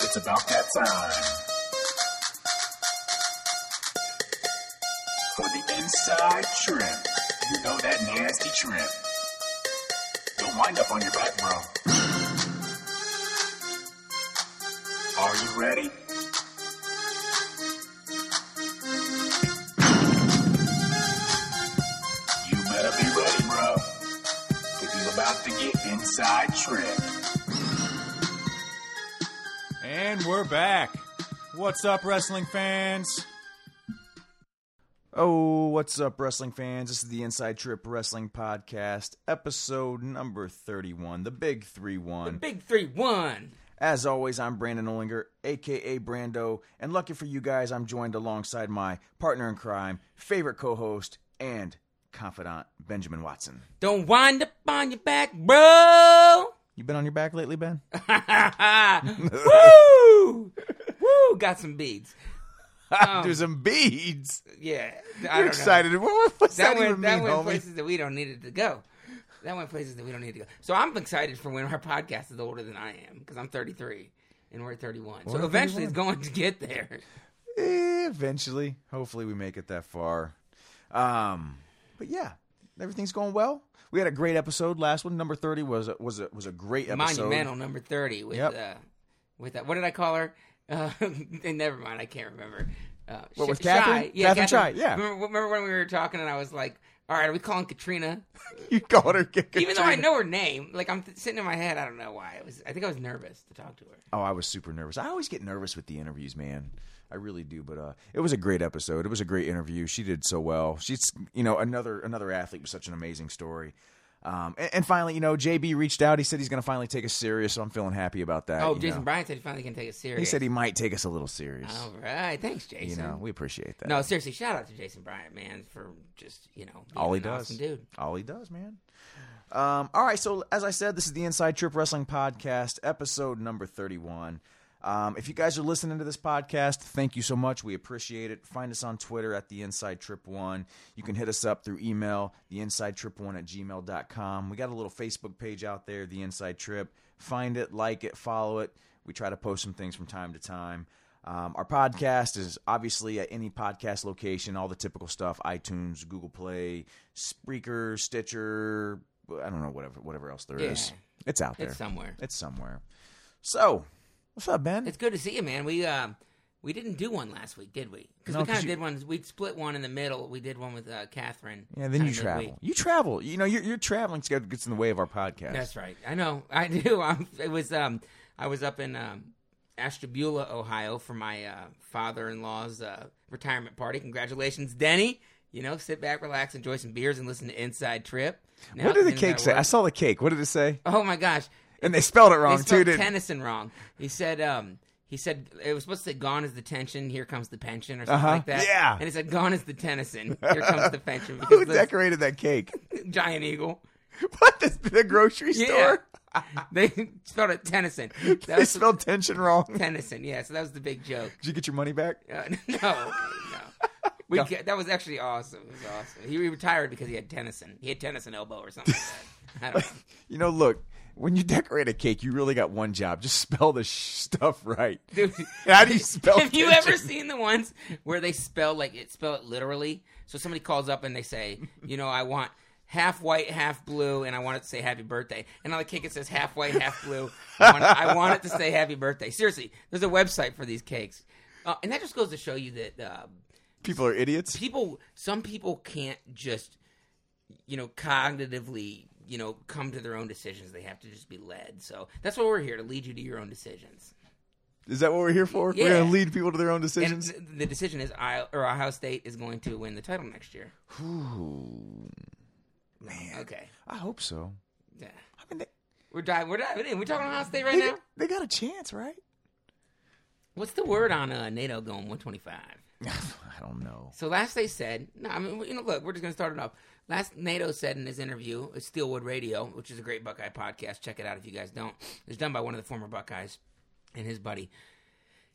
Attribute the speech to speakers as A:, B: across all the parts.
A: It's about that time. For the inside trim. You know that nasty trim. Don't wind up on your back, bro. Are you ready? You better be ready, bro. Because you're about to get inside trim.
B: And we're back. What's up, wrestling fans? Oh, what's up, wrestling fans? This is the Inside Trip Wrestling Podcast, episode number 31, the Big 3 1.
C: Big three one.
B: As always, I'm Brandon Olinger, aka Brando, and lucky for you guys, I'm joined alongside my partner in crime, favorite co host, and confidant, Benjamin Watson.
C: Don't wind up on your back, bro.
B: You been on your back lately, Ben?
C: Woo! Woo! Got some beads.
B: Do some beads.
C: Yeah. I
B: You're
C: don't know.
B: excited. What was that,
C: That went
B: even
C: that
B: mean,
C: went
B: homie?
C: places that we don't need it to go. That went places that we don't need to go. So I'm excited for when our podcast is older than I am because I'm 33 and we're at 31. so eventually it's going to get there.
B: Eh, eventually hopefully we make it that far um but yeah everything's going well we had a great episode last one number 30 was a, was a, was a great episode
C: Monumental number 30 with
B: Yep.
C: uh, with that. What did I call her? Uh, and never mind, I can't remember. Uh,
B: What,
C: Sh-
B: with Catherine?
C: Shy. Yeah,
B: Catherine Shy, yeah.
C: Remember, remember when we were talking and I was like, "All right, are we calling Katrina?"
B: you called her Katrina.
C: Even though I know her name, like I'm th- sitting in my head, I don't know why. I was, I think I was nervous to talk to her.
B: oh i was super nervous i always get nervous with the interviews man i really do but uh it was a great episode it was a great interview she did so well she's you know another another athlete with such an amazing story um, and, and finally, you know, JB reached out. He said he's going to finally take us serious, so I'm feeling happy about that.
C: Oh,
B: you
C: Jason
B: know.
C: Bryant said he finally can take it serious.
B: He said he might take us a little serious.
C: "All right, thanks, Jason."
B: You know, we appreciate that.
C: no, seriously, shout out to Jason Bryant, man, for just you know being
B: all he
C: an
B: does,
C: awesome dude.
B: All he does, man. Um, all right, so as I said, this is the Inside Trip Wrestling Podcast, episode number thirty-one. Um, if you guys are listening to this podcast, thank you so much. We appreciate it. Find us on Twitter at the Inside Trip One. You can hit us up through email, the Inside Trip One at gmail.com. We got a little Facebook page out there, the Inside Trip. Find it, like it, follow it. We try to post some things from time to time. Um, our podcast is obviously at any podcast location, all the typical stuff: iTunes, Google Play, Spreaker, Stitcher. I don't know whatever whatever else there is.
C: Yeah.
B: It's out there.
C: It's um, somewhere.
B: It's somewhere. So, what's up, Ben?
C: It's good to see you, man. We um we didn't do one last week, did we? Because
B: No,
C: we
B: 'cause
C: kind of
B: you-
C: did one. We split one in the middle. We did one with uh, Catherine.
B: yeah, then you
C: kinda midweek.
B: travel. You travel. You know, your your traveling schedule gets in the way of our podcast.
C: That's right. I know. I do. I'm, it was um I was up in um Ashtabula, Ohio, for my uh, father-in-law's uh, retirement party. Congratulations, Denny. You know, sit back, relax, enjoy some beers, and listen to Inside Trip. Now
B: what did the
C: things gotta
B: cake say?
C: work.
B: I saw the cake. What did it say?
C: Oh my gosh,
B: And they spelled it
C: they
B: wrong too.
C: spelled
B: Didn't?
C: Tennyson wrong. He said, um, he said it was supposed to say "Gone is the tension, here comes the pension" or something
B: Uh-huh.
C: like that.
B: Yeah.
C: and he said "Gone is the Tennyson, here comes the pension"
B: Who
C: because the
B: decorated that cake?
C: giant eagle.
B: what the, the grocery
C: Yeah,
B: store?
C: they spelled it Tennyson. That
B: They
C: was
B: spelled tension wrong.
C: Tennyson. Yeah, so that was the big joke.
B: Did you get your money back?
C: Uh, no, no. We ca- that was actually awesome. It was awesome. He retired because he had Tennyson. He had Tennyson elbow or something. Like that. I don't know.
B: You know, look, when you decorate a cake, you really got one job. Just spell the sh- stuff right.
C: Dude,
B: How do you spell
C: Have you
B: pigeon?
C: ever seen the ones where they spell like it spell it literally? So somebody calls up and they say, you know, I want half white, half blue, and I want it to say happy birthday. And on the cake it says half white, half blue. I want, I want it to say happy birthday. Seriously, there's a website for these cakes, uh, and that just goes to show you that uh,
B: People are idiots.
C: people, some people can't just, you know, cognitively. You know, come to their own decisions. They have to just be led. So that's what we're here to lead you to your own decisions.
B: Is that what we're here for? We're
C: Yeah.
B: going to lead people to their own
C: And
B: decisions.
C: th- the decision is I or Ohio State is going to win the title next year.
B: Ooh, man.
C: Okay,
B: I hope so.
C: yeah.
B: I mean, they,
C: we're diving. We're diving in. We're talking Ohio State right
B: they,
C: now.
B: they got a chance, right?
C: What's the word on uh, NATO going 125?
B: I don't know.
C: So last they said, no, I mean, you know, look, we're just going to start it off. Last NATO said in his interview, at Steelwood Radio, which is a great Buckeye podcast. Check it out if you guys don't. It's done by one of the former Buckeyes and his buddy.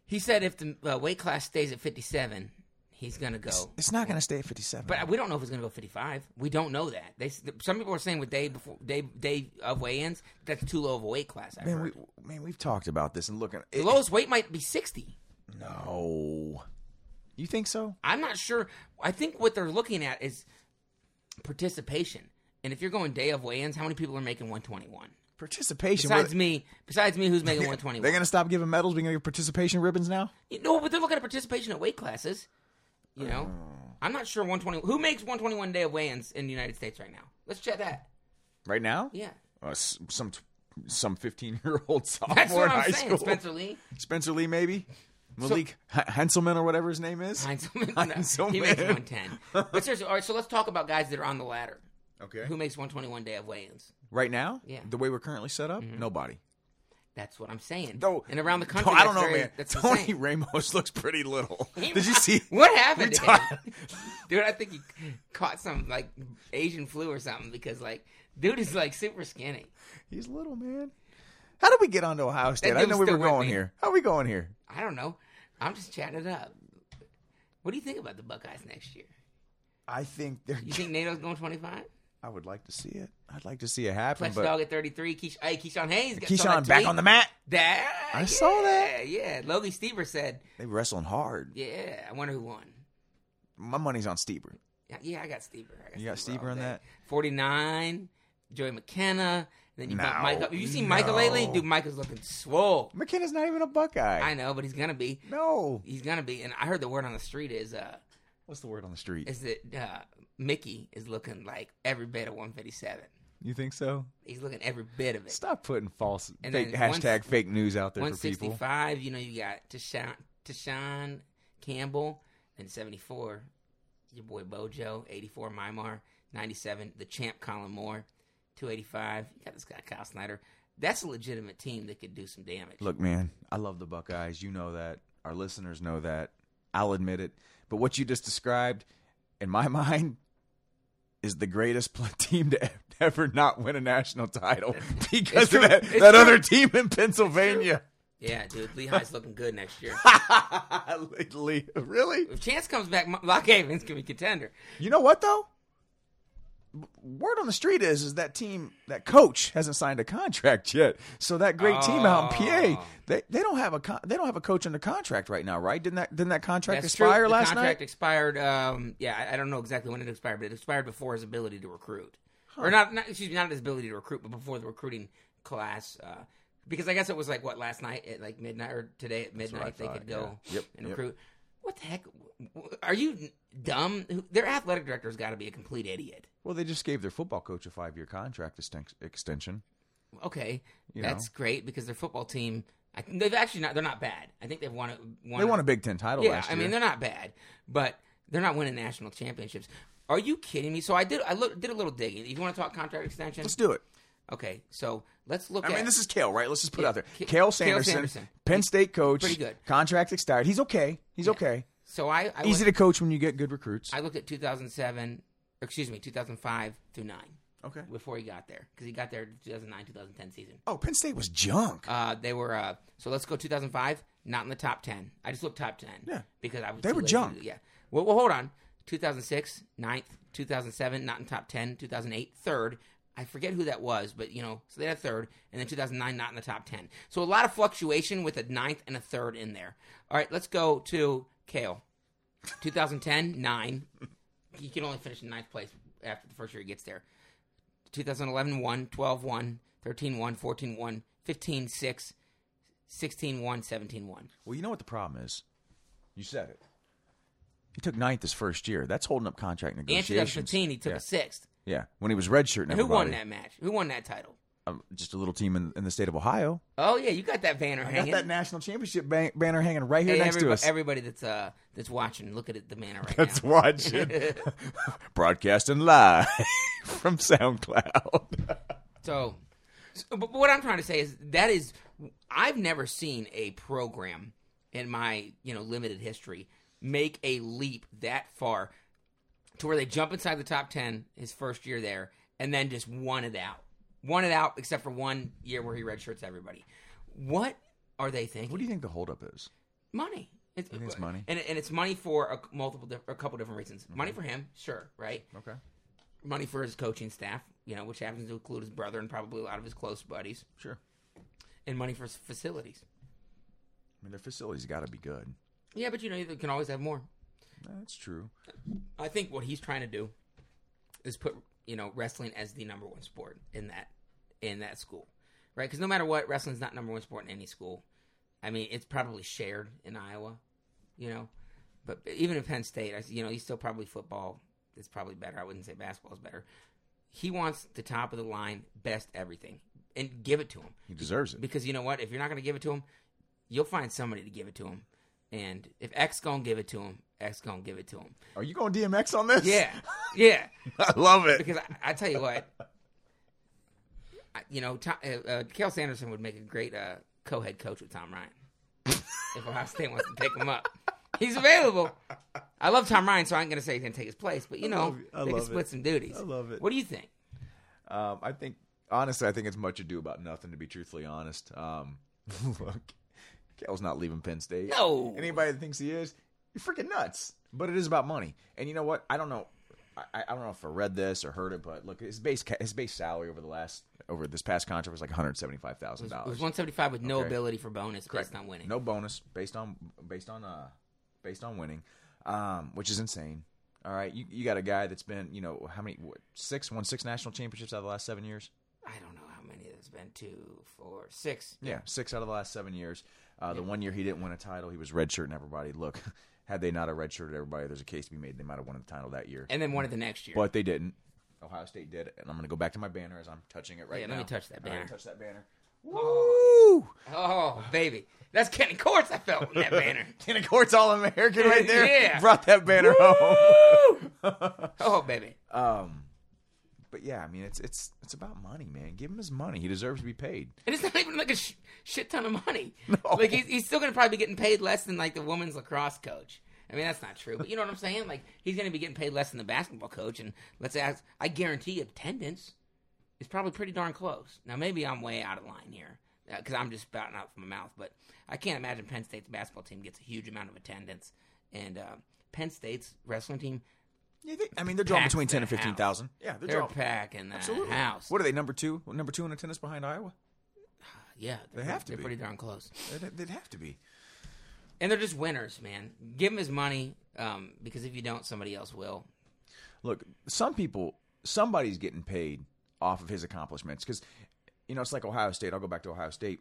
C: He said if the uh, weight class stays at 57, he's gonna go.
B: It's not going to stay at 57.
C: But we don't know if he's going to go 55. We don't know that. They some people are saying with day before day day of weigh-ins that's too low of a weight class. I've
B: man,
C: heard.
B: we man, we've talked about this and looking.
C: the
B: It,
C: lowest weight might be 60.
B: no, you think so?
C: I'm not sure. I think what they're looking at is participation. And if you're going day of weigh-ins, how many people are making 121?
B: Participation.
C: Besides
B: whether-
C: me, besides me, who's making
B: they're
C: 121?
B: going to stop giving medals. We're going to give participation ribbons now.
C: You no, but they're looking at participation at weight classes. You know,
B: Oh.
C: I'm not sure 120. Who makes 121 day of weigh-ins in the United States right now? Let's check that.
B: Right now?
C: Yeah,
B: Uh, s- some t- some 15 year old sophomore
C: that's
B: in
C: what
B: high
C: I'm saying,
B: school.
C: Spencer Lee.
B: Spencer Lee, maybe Malik H- Henselman or whatever his name is.
C: Heinzelman.
B: Heinzelman.
C: He makes 110. But seriously, all right, so let's talk about guys that are on the ladder.
B: Okay.
C: Who makes 121 day of weigh ins?
B: Right now,
C: Yeah.
B: the way we're currently set up, nobody.
C: That's what I'm saying.
B: Though-
C: and around the country,
B: I don't
C: that's
B: know,
C: very-
B: man.
C: That's
B: Tony
C: insane.
B: Ramos looks pretty little.
C: He-
B: Did you see?
C: What happened to
B: Retard-
C: him? Dude, I think he caught some, like, Asian flu or something because, like, dude is, like, super skinny.
B: He's little, man. How did we get onto Ohio State? I didn't know
C: dude's
B: we were
C: still with
B: going
C: me.
B: here. How are we going here?
C: I don't know. I'm just chatting it up. What do you think about the Buckeyes next year?
B: I think they're.
C: You think NATO's going 25?
B: I would like to see it. I'd like to see it happen.
C: Fletch
B: But
C: Dog at 33. Keish- hey, Keyshawn Hayes. got- saw
B: Keyshawn
C: that
B: back
C: tweet.
B: on the mat.
C: That,
B: I saw that.
C: Yeah, Logie Stever said,
B: They wrestling hard.
C: "Yeah, I wonder who won."
B: My money's on Steber.
C: Yeah, Yeah, I got Stever. I
B: You got Stever
C: all
B: on
C: day.
B: that?
C: Forty-nine, Joey McKenna. Then you got
B: No,
C: Micah. Have you seen Micah lately?
B: no.
C: Dude, Micah's looking swole.
B: McKenna's not even a Buckeye.
C: I know, but he's gonna be.
B: no.
C: He's gonna be. And I heard the word on the street is uh
B: What's the word on the street?
C: is that uh Mickey is looking like every bit of one fifty-seven.
B: you think so?
C: He's looking every bit of it.
B: Stop putting false
C: And
B: fake,
C: then
B: hashtag fake news out there
C: One
B: for people.
C: sixty-five. You know, you got Tashawn, Tashawn Campbell, and seventy-four. Your boy Bojo, eighty-four. Mymar, ninety-seven. The champ Colin Moore, two eighty-five. You got this guy Kyle Snyder. That's a legitimate team that could do some damage.
B: Look, man, I love the Buckeyes. You know that. Our listeners know that. I'll admit it. But what you just described, in my mind, is the greatest pl- team to e- ever not win a national title because of
C: true.
B: that,
C: It's
B: that
C: true.
B: other team in Pennsylvania.
C: yeah, dude, Lehigh's looking good next year.
B: Lately. really?
C: If Chance comes back, Mo- Lock Havens can be contender.
B: You know what though? W- Word on the street is is that team that coach hasn't signed a contract yet. So that great team out in PA,
C: Oh.
B: they, they don't have a con- they don't have a coach under contract right now, right? Didn't that didn't that contract
C: That's
B: expire
C: true. The
B: last
C: contract
B: night?
C: expired. Um, yeah, I, I don't know exactly when it expired, but it expired before his ability to recruit, or not, not. Excuse me, not his ability to recruit, but before the recruiting class. Uh, because I guess it was like what last night at like midnight or today at
B: what I
C: midnight they
B: thought,
C: could go
B: yeah. Yep,
C: and
B: yep.
C: recruit. What the heck? W- Are you dumb? Who- Their athletic director's got to be a complete idiot.
B: Well, they just gave their football coach a five year contract esten- extension.
C: Okay,
B: You
C: that's great because their football team. I, they've actually not. They're not bad. I think they've won. it- won
B: They
C: it-
B: won a Big Ten title
C: Yeah,
B: last
C: I
B: year.
C: mean they're not bad, but they're not winning national championships. Are you kidding me? So I did I look, did a little digging. You want to talk contract extension?
B: Let's do it.
C: Okay, so let's look
B: I
C: at.
B: mean, this is Kale, right? Let's just put it out there.
C: K-
B: Kale
C: Kale
B: Sanderson,
C: Sanderson.
B: Penn State coach,
C: pretty good.
B: Contract expired. He's okay. He's okay.
C: so I I,
B: Easy to
C: went-
B: coach when you get good recruits.
C: I looked at 2007, or excuse me, 2005 through nine
B: okay.
C: before he got there because he got there 2009 2010 season.
B: Oh, Penn State was junk.
C: Uh, they were uh, so let's go 2005, not in the top 10. I just looked top 10.
B: Yeah.
C: because I was
B: They
C: too
B: were
C: lazy to
B: junk.
C: do- Yeah. Well, well, hold on. 2006, ninth. 2007, not in top 10. 2008, third. I forget who that was, but you know, so they had third, and then 2009, not in the top 10. So a lot of fluctuation with a ninth and a third in there. All right, let's go to Kale. 2010, nine. He can only finish in ninth place after the first year he gets there. 2011 1, 12 1, 13 1, 14 1, 15 6, 16 1, 17 1.
B: Well, you know what the problem is? You said it. He took ninth his first year. That's holding up contract
C: And
B: negotiations.
C: 2015, he took
B: Yeah.
C: a sixth.
B: Yeah, when he was redshirt and
C: Who won
B: everybody.
C: that match? Who won that title?
B: Um, just a little team in, in the state of Ohio.
C: Oh, yeah, you got that banner hanging.
B: national championship ban- banner hanging right
C: Hey, everybo- everybody that's uh, that's watching, look at it, the banner right
B: That's
C: now.
B: watching. Broadcasting live from SoundCloud.
C: So, so- but what I'm trying to say is that is I've never seen a program in my you know limited history make a leap that far to where they jump inside the top ten his first year there and then just won it out, won it out except for one year where he redshirts everybody. What are they thinking?
B: what do you think the holdup is?
C: Money. It's,
B: think it's money. Mhm.
C: and, and it's money for a c- multiple, diff- a couple different reasons. Money for him, sure, right?
B: Okay.
C: Money for his coaching staff, you know, which happens to include his brother and probably a lot of his close buddies,
B: Sure.
C: and money for his facilities.
B: I mean, their facility's got to be good.
C: Yeah, but you know, you can always have more.
B: That's true.
C: I think what he's trying to do is put you know wrestling as the number one sport in that in that school, right? Because no matter what, wrestling's not number one sport in any school. I mean, it's probably shared in Iowa, you know, but even in Penn State, I, you know, he's still probably football is probably better. I wouldn't say basketball is better. He wants the top of the line, best everything, and give it to him
B: He deserves it.
C: because you know what? If you're not going to give it to him, you'll find somebody to give it to him. And if X gonna give it to him, X gonna give it to him.
B: Are you going DMX on this?
C: Yeah, yeah.
B: I love it.
C: Because I, I tell you what, I, you know, Tom, uh, uh, Kel Sanderson would make a great uh, co-head coach with Tom Ryan if Ohio State wants to pick him up. He's available. I love Tom Ryan, so I'm going to say he's going to take his place. But you know,
B: love it. I
C: they can
B: love
C: split
B: it.
C: some duties.
B: I love it.
C: What do you think?
B: Um, I think honestly, I think it's much ado about nothing. To be truthfully honest, um, look, Cal's not leaving Penn State.
C: No.
B: anybody that thinks he is, you're freaking nuts. But it is about money, and you know what? I don't know. I, I don't know if I read this or heard it, but look, his base ca- his base salary over the last over this past contract was like one hundred seventy five thousand
C: It was
B: dollars.
C: 175 with no
B: Okay.
C: ability for bonus based on winning.
B: No bonus based on based on uh based on winning, um, which is insane. All right, you, you got a guy that's been you know how many what, six won six national championships out of the last seven years.
C: I don't know how many there's been. Two, four, six.
B: Yeah, six out of the last seven years. Uh, the one year he didn't win a title, he was redshirting everybody. Look, had they not have redshirted everybody, there's a case to be made. They might have won the title that year,
C: And then one of the next year.
B: but they didn't. Ohio State did, it, and I'm going to go back to my banner as I'm touching it right
C: Yeah,
B: now.
C: let me touch that
B: All right,
C: banner.
B: touch that banner. Woo!
C: Oh, baby. That's Kenny Courts I felt in that banner.
B: Kenny Court's All American right there.
C: Yeah.
B: Brought that banner home.
C: Oh, baby.
B: um, but yeah, I mean, it's it's it's about money, man. Give him his money. He deserves to be paid.
C: And it's not even like a sh- shit ton of money. Like he's, he's still gonna probably be getting paid less than like the women's lacrosse coach. I mean that's not true, but you know what I'm saying? Like he's gonna be getting paid less than the basketball coach. And let's ask, I guarantee attendance is probably pretty darn close. Now maybe I'm way out of line here because I'm just spouting out from my mouth, but I can't imagine Penn State's basketball team gets a huge amount of attendance, and uh, Penn State's wrestling team
B: Yeah, they, I mean, they're drawing
C: Packed
B: between ten and
C: the house.
B: fifteen thousand. Yeah, they're,
C: they're
B: drawing.
C: packing that
B: Absolutely.
C: house.
B: What are they number two? Number two in attendance behind Iowa.
C: yeah, they're,
B: have to
C: They're
B: be.
C: pretty darn close.
B: They'd, they'd have to be.
C: And they're just winners, man. Give him his money um, because if you don't, somebody else will.
B: Look, some people, somebody's getting paid off of his accomplishments because, you know, it's like Ohio State. I'll go back to Ohio State.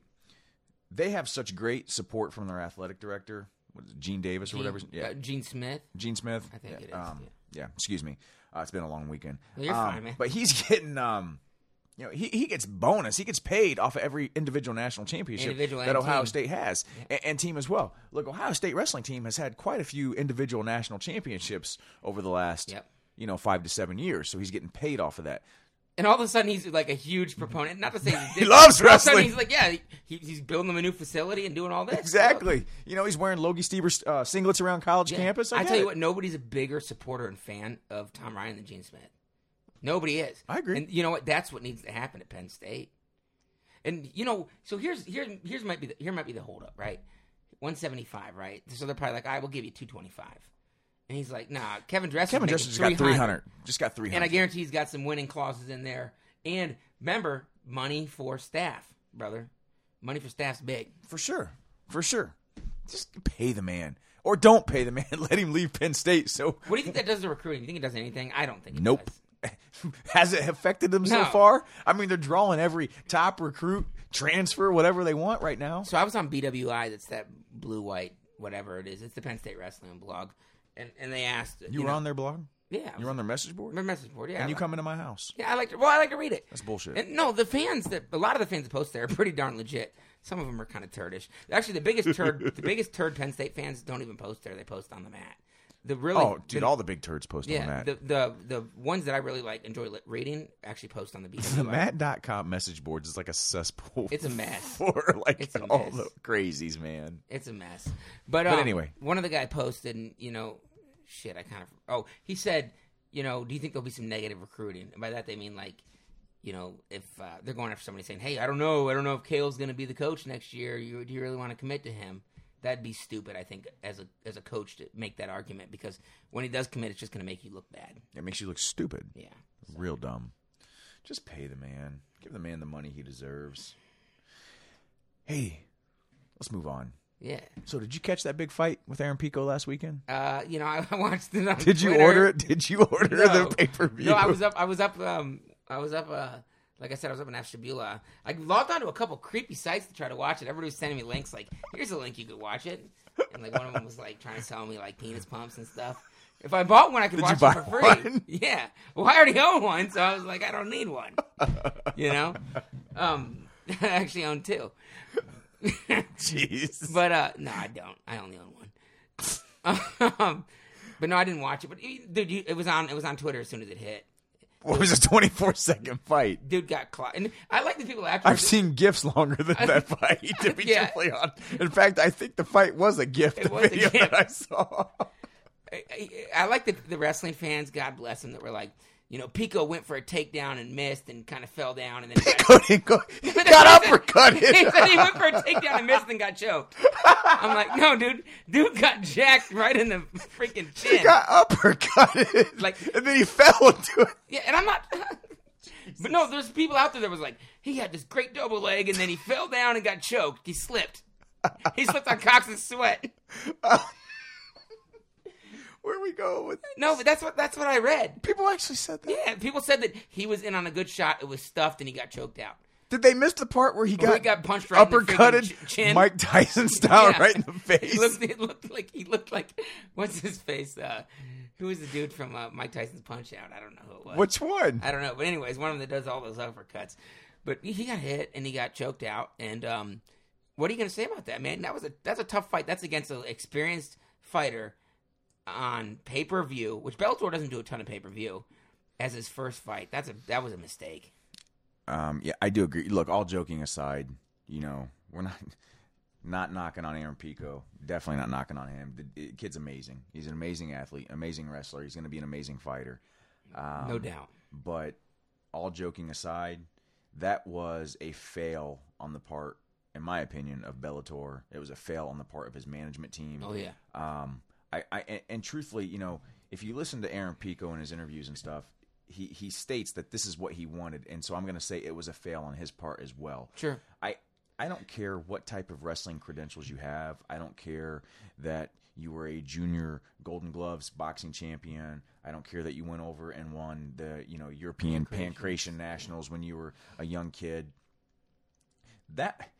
B: They have such great support from their athletic director, what is it, Gene Davis or whatever. his- Yeah,
C: uh, Gene Smith.
B: Gene Smith. I
C: think
B: yeah,
C: it is,
B: Um, yeah. excuse me. Uh, it's been a long weekend.
C: No, you're
B: Um,
C: fine, man.
B: But he's getting, um, you know, he, he gets bonus. He gets paid off of every individual national championship
C: Individual
B: that
C: and
B: Ohio
C: team.
B: State has a- and, team as well. Look, Ohio State wrestling team has had quite a few individual national championships over the last,
C: Yep.
B: you know, five to seven years. So he's getting paid off of that.
C: And all of a sudden, he's like a huge proponent. Not to say he's
B: He loves
C: all of a sudden
B: wrestling.
C: He's like, yeah, he, he's building them a new facility and doing all this.
B: Exactly. You know, he's wearing Logie Stever's uh, singlets around college
C: Yeah.
B: campus. I,
C: I
B: get
C: tell you
B: it.
C: what, nobody's a bigger supporter and fan of Tom Ryan than Gene Smith. Nobody is.
B: I agree.
C: And you know what? That's what needs to happen at Penn State. And you know, so here's here here's might be the, here might be the holdup, right? One seventy five, right? So they're probably like, I will give you two twenty five, and he's like, Nah, Kevin Dressler.
B: Kevin Justin just
C: Dresser's
B: got 300. Just got 300.
C: and I guarantee he's got some winning clauses in there. And remember, money for staff, brother. Money for staff's big.
B: For sure. For sure. Just pay the man. Or don't pay the man. Let him leave Penn State. So,
C: What do you think that does to recruiting? You think it does anything? I don't think it
B: nope.
C: does.
B: Has it affected them so
C: No.
B: far? I mean, they're drawing every top recruit, transfer, whatever they want right now.
C: So I was on BWI. That's that blue white whatever it is. It's the Penn State wrestling blog, and and they asked
B: You, were on their blog?
C: yeah
B: You were on their message board?
C: my message board yeah I
B: and you
C: like-
B: come into my house.
C: yeah I like to well I like to read it
B: That's bullshit.
C: and no the fans that a lot of the fans that post there are pretty darn legit. Some of them are kind of turdish. Actually, the biggest turd the biggest turd Penn State fans don't even post there. They post on the mat. The really
B: Oh, dude, all the big turds post
C: yeah
B: on that.
C: the the the ones that I really like enjoy li- reading actually post on the BWI.
B: The Matt.com message boards is like a cesspool.
C: It's a mess.
B: For like
C: It's a
B: all
C: mess.
B: the crazies, man.
C: It's a mess. But, um,
B: anyway.
C: one of the guy posted, and you know, shit. I kind of oh, he said, you know, do you think there'll be some negative recruiting? And by that they mean like, you know, if uh, they're going after somebody saying, hey, I don't know, I don't know if Kale's going to be the coach next year. You do you really want to commit to him? That'd be stupid, I think, as a as a coach to make that argument because when he does commit, it's just going to make you look bad.
B: It makes you look stupid.
C: Yeah.
B: Real dumb. Just pay the man. Give the man the money he deserves. Hey, let's move on.
C: Yeah.
B: So, did you catch that big fight with Aaron Pico last weekend?
C: Uh, you know, I, I watched it. On
B: Did you
C: Twitter.
B: order it? Did you order
C: No.
B: the pay per view?
C: No, I was up. I was up. Um, I was up. Uh, like I said, I was up in Ashtabula. I logged onto a couple creepy sites to try to watch it. Everybody was sending me links, like, "Here's a link you could watch it." And like one of them was like trying to sell me like penis pumps and stuff. If I bought one, I could
B: Did you
C: watch
B: buy
C: it for free.
B: one?
C: Yeah. Well, I already own one, so I was like, I don't need one. You know. Um, I actually own two.
B: Jeez.
C: But uh, no, I don't. I only own one. um, but no, I didn't watch it. But dude, you, it was on. It was on Twitter as soon as it hit.
B: What was a 24 second fight?
C: Dude got clocked. And I like the people
B: I've
C: afterwards.
B: seen gifs longer than that fight. To be
C: Yeah.
B: truthfully honest, in fact, I think the fight was a gift. the
C: was a
B: video
C: gift.
B: that I saw.
C: I, I, I like the, the wrestling fans. God bless them that were like, you know, Pico went for a takedown and missed and kind of fell down and then he got,
B: Cody go, he got uppercutted.
C: he said he went for a takedown and missed and got choked. I'm like, no, dude, dude got jacked right in the freaking chin.
B: He got uppercutted.
C: Like-
B: and then he fell into it.
C: Yeah, and I'm not. but no, there's people out there that was like, he had this great double leg, and then he fell down and got choked. He slipped. He slipped on Cox's sweat.
B: Where we go with
C: No, but that's what that's what I read.
B: people actually said that.
C: Yeah, people said that he was in on a good shot. It was stuffed, and he got choked out.
B: Did they miss the part where he got,
C: he got punched right in the freaking
B: uppercutted
C: ch- chin?
B: Mike Tyson style
C: Yeah.
B: right in the face?
C: He looked, it looked like he looked like what's his face? Uh, who was the dude from uh, Mike Tyson's Punch Out? I don't know who it was.
B: Which one?
C: I don't know, but anyways, one of them that does all those uppercuts. But he got hit and he got choked out. And um, what are you going to say about that, man? That was a that's a tough fight. That's against an experienced fighter on pay per view, which Bellator doesn't do a ton of pay per view. As his first fight, that's a that was a mistake.
B: Um, yeah, I do agree. Look, all joking aside, you know, we're not not knocking on Aaron Pico. Definitely not knocking on him. The the kid's amazing. He's an amazing athlete, amazing wrestler. He's going to be an amazing fighter. Um,
C: No doubt.
B: But all joking aside, that was a fail on the part, in my opinion, of Bellator. It was a fail on the part of his management team.
C: Oh yeah.
B: Um, I, I and, and truthfully, you know, if you listen to Aaron Pico in his interviews and stuff, he he states that this is what he wanted, and so I'm going to say it was a fail on his part as well.
C: Sure.
B: I I don't care what type of wrestling credentials you have. I don't care that you were a junior Golden Gloves boxing champion. I don't care that you went over and won the you know European Pancration Nationals when you were a young kid. That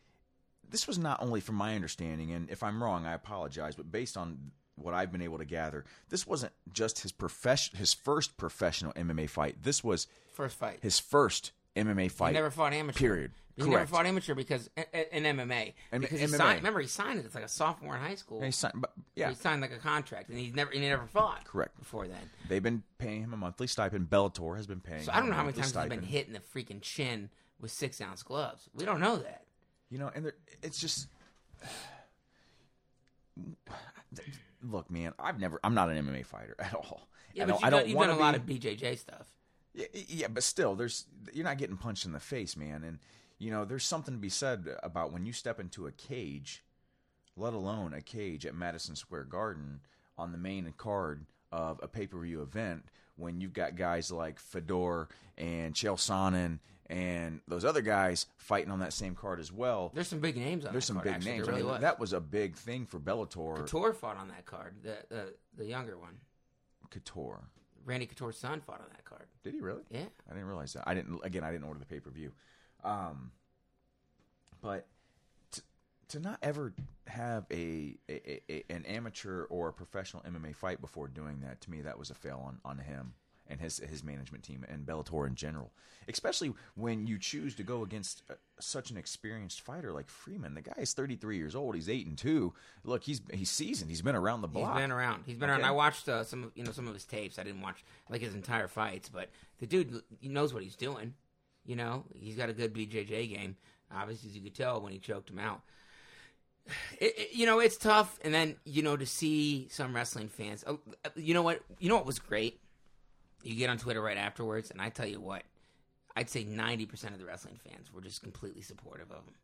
B: this was not only from my understanding, and if I'm wrong, I apologize, but based on what I've been able to gather, this wasn't just his profession, his first professional MMA fight. This was
C: First fight.
B: his first MMA
C: He
B: fight.
C: never fought amateur.
B: Period.
C: He never
B: Correct.
C: fought amateur because in MMA
B: And-
C: because he
B: MMA.
C: signed. Remember, he signed it. It's like a sophomore in high school.
B: And he signed- but- yeah,
C: He signed like a contract, and he never he never fought.
B: Correct.
C: Before then,
B: they've been paying him a monthly stipend. Bellator has been paying.
C: so
B: him
C: I don't
B: a
C: know how many
B: monthly
C: times he's been
B: stipend.
C: hit in the freaking chin with six ounce gloves. We don't know that.
B: You know, and there- it's just. Look, man, I've never. I'm not an MMA fighter at all.
C: Yeah,
B: I
C: but
B: don't,
C: you've,
B: I
C: done-
B: don't
C: you've
B: want
C: done a
B: to
C: lot
B: be,
C: of BJJ stuff.
B: Yeah, yeah, but still, there's you're not getting punched in the face, man, and you know there's something to be said about when you step into a cage, let alone a cage at Madison Square Garden on the main card of a pay per view event, when you've got guys like Fedor and Chael Sonnen and those other guys fighting on that same card as well.
C: There's some big names on.
B: There's
C: that
B: some
C: card,
B: big
C: actually.
B: names.
C: There
B: I
C: really
B: mean,
C: was.
B: that was a big thing for Bellator.
C: Couture fought on that card. The the, the younger one,
B: Couture.
C: Randy Couture's son, fought on that card.
B: Did he really?
C: Yeah.
B: I didn't realize that. I didn't again. I didn't order the pay per view, um, but to, to not ever have a, a, a an amateur or a professional MMA fight before doing that to me that was a fail on, on him and his his management team and Bellator in general, especially when you choose to go against uh, such an experienced fighter like Freeman. The guy is thirty three years old. He's eight and two. Look, he's he's seasoned. He's been around the
C: He's
B: block.
C: been around. He's been around.
B: Okay.
C: I watched uh, some of you know some of his tapes. I didn't watch like his entire fights, but the dude l- he knows what he's doing. You know, he's got a good BJJ game. Obviously, as you could tell when he choked him out. It, it- you know, it's tough. And then you know to see some wrestling fans. uh, You know what? You know what was great. You get on Twitter right afterwards, and I tell you what, I'd say ninety percent of the wrestling fans were just completely supportive of him.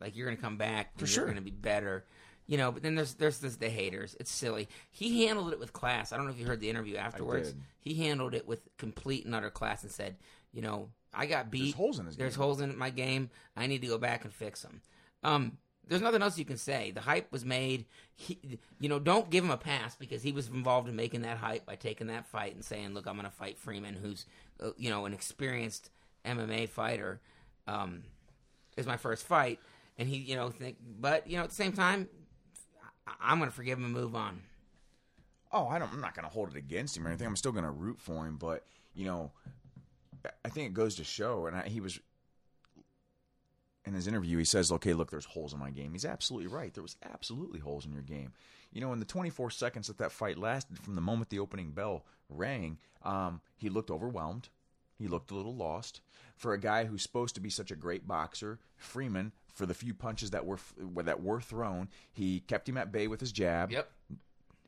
C: Like you're going to come back, and
B: For
C: you're
B: sure.
C: going to be better. You know, but then there's there's this, the haters. It's silly. He handled it with class. I don't know if you heard the interview afterwards.
B: did.
C: He handled it with complete and utter class and said, you know, I got beat.
B: holes in his
C: There's
B: game.
C: holes in my game. I need to go back and fix them. Um, there's nothing else you can say. The hype was made. He, you know, don't give him a pass because he was involved in making that hype by taking that fight and saying, "Look, I'm going to fight Freeman, who's uh, you know an experienced MMA fighter." Um, is my first fight, and he, you know, think, but you know, at the same time, I- I'm going to forgive him and move on.
B: oh, I don't, I'm not going to hold it against him or anything. I'm still going to root for him, but you know, I think it goes to show. And I, he was in his interview, he says, "Okay, look, there's holes in my game." He's absolutely right. There was absolutely holes in your game. You know, in the 24 seconds that that fight lasted, from the moment the opening bell rang, um, he looked overwhelmed. He looked a little lost for a guy who's supposed to be such a great boxer. Freeman, for the few punches that were that were thrown, he kept him at bay with his jab
C: Yep.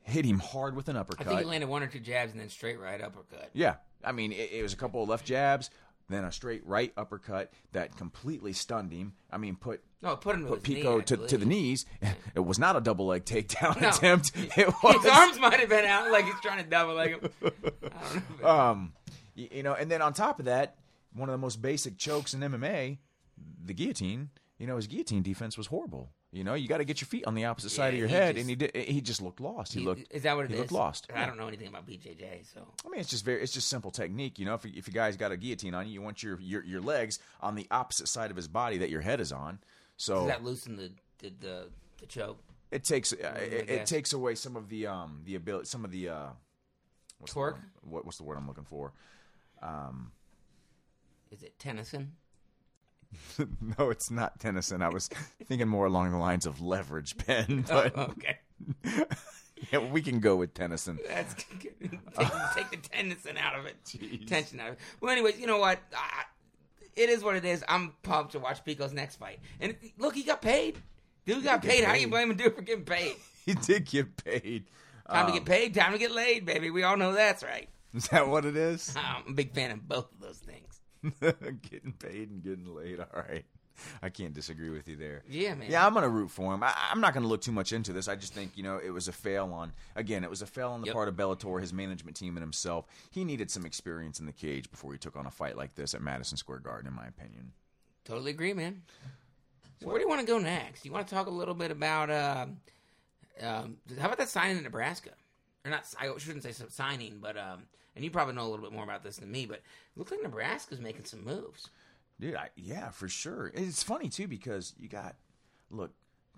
B: hit him hard with an
C: I
B: uppercut.
C: think he landed one or two jabs and then straight right uppercut.
B: yeah, I mean, it, it was a couple of left jabs, then a straight right uppercut that completely stunned him. I mean, put
C: No, it put him to
B: put
C: his
B: Pico
C: knee, I
B: to, to
C: believe.
B: the knees. It was not a double leg takedown
C: No.
B: attempt. It was
C: His arms might have been out like he's trying to double leg him. I don't know.
B: um, y- you know, and then on top of that, one of the most basic chokes in MMA, the guillotine. You know, his guillotine defense was horrible. You know, you got to get your feet on the opposite side of
C: Yeah,
B: your
C: he
B: head,
C: just-
B: and he did, he just looked lost. He, looked
C: is that what it is?
B: he looked lost.
C: I don't know anything about BJJ, so
B: I mean, it's just very, it's just simple technique. You know, if if your guy's got a guillotine on you, you want your your, your legs on the opposite side of his body that your head is on.
C: does
B: So
C: that loosen the the the, the choke
B: it takes uh, it, it
C: guess.
B: takes away some of the um the ability, some of the uh, what's the
C: Torque?
B: word? what, what's the word I'm looking for?
C: Is it Tennyson?
B: no, it's not Tennyson. I was thinking more along the lines of leverage, Ben. But
C: Oh, Okay,
B: yeah, we can go with Tennyson.
C: that's good. take, take the Tennyson out of it, tension out of it. Well, anyways, you know what? I, it is what it is. I'm pumped to watch Pico's next fight, and look, he got paid. Dude got
B: did get
C: paid. How you
B: paid.
C: blame a dude for getting paid?
B: He did get paid. Uh,
C: Time
B: Um,
C: to get paid. Time to get laid, baby. We all know that's right.
B: Is that what it is?
C: I'm a big fan of both of those things.
B: getting paid and getting laid. All right. I can't disagree with you there.
C: Yeah, man.
B: Yeah, I'm going to root for him. I, I'm not going to look too much into this. I just think, you know, it was a fail on, again, it was a fail on the
C: Yep.
B: part of Bellator, his management team, and himself. He needed some experience in the cage before he took on a fight like this at Madison Square Garden, in my opinion.
C: Totally agree, man. So where do you want to go next? You want to talk a little bit about uh, um, how about that signing in Nebraska? Or not? I shouldn't say some signing, but um, and you probably know a little bit more about this than me. But it looks like Nebraska's making some moves.
B: Dude, I, yeah, for sure. It's funny too because you got look,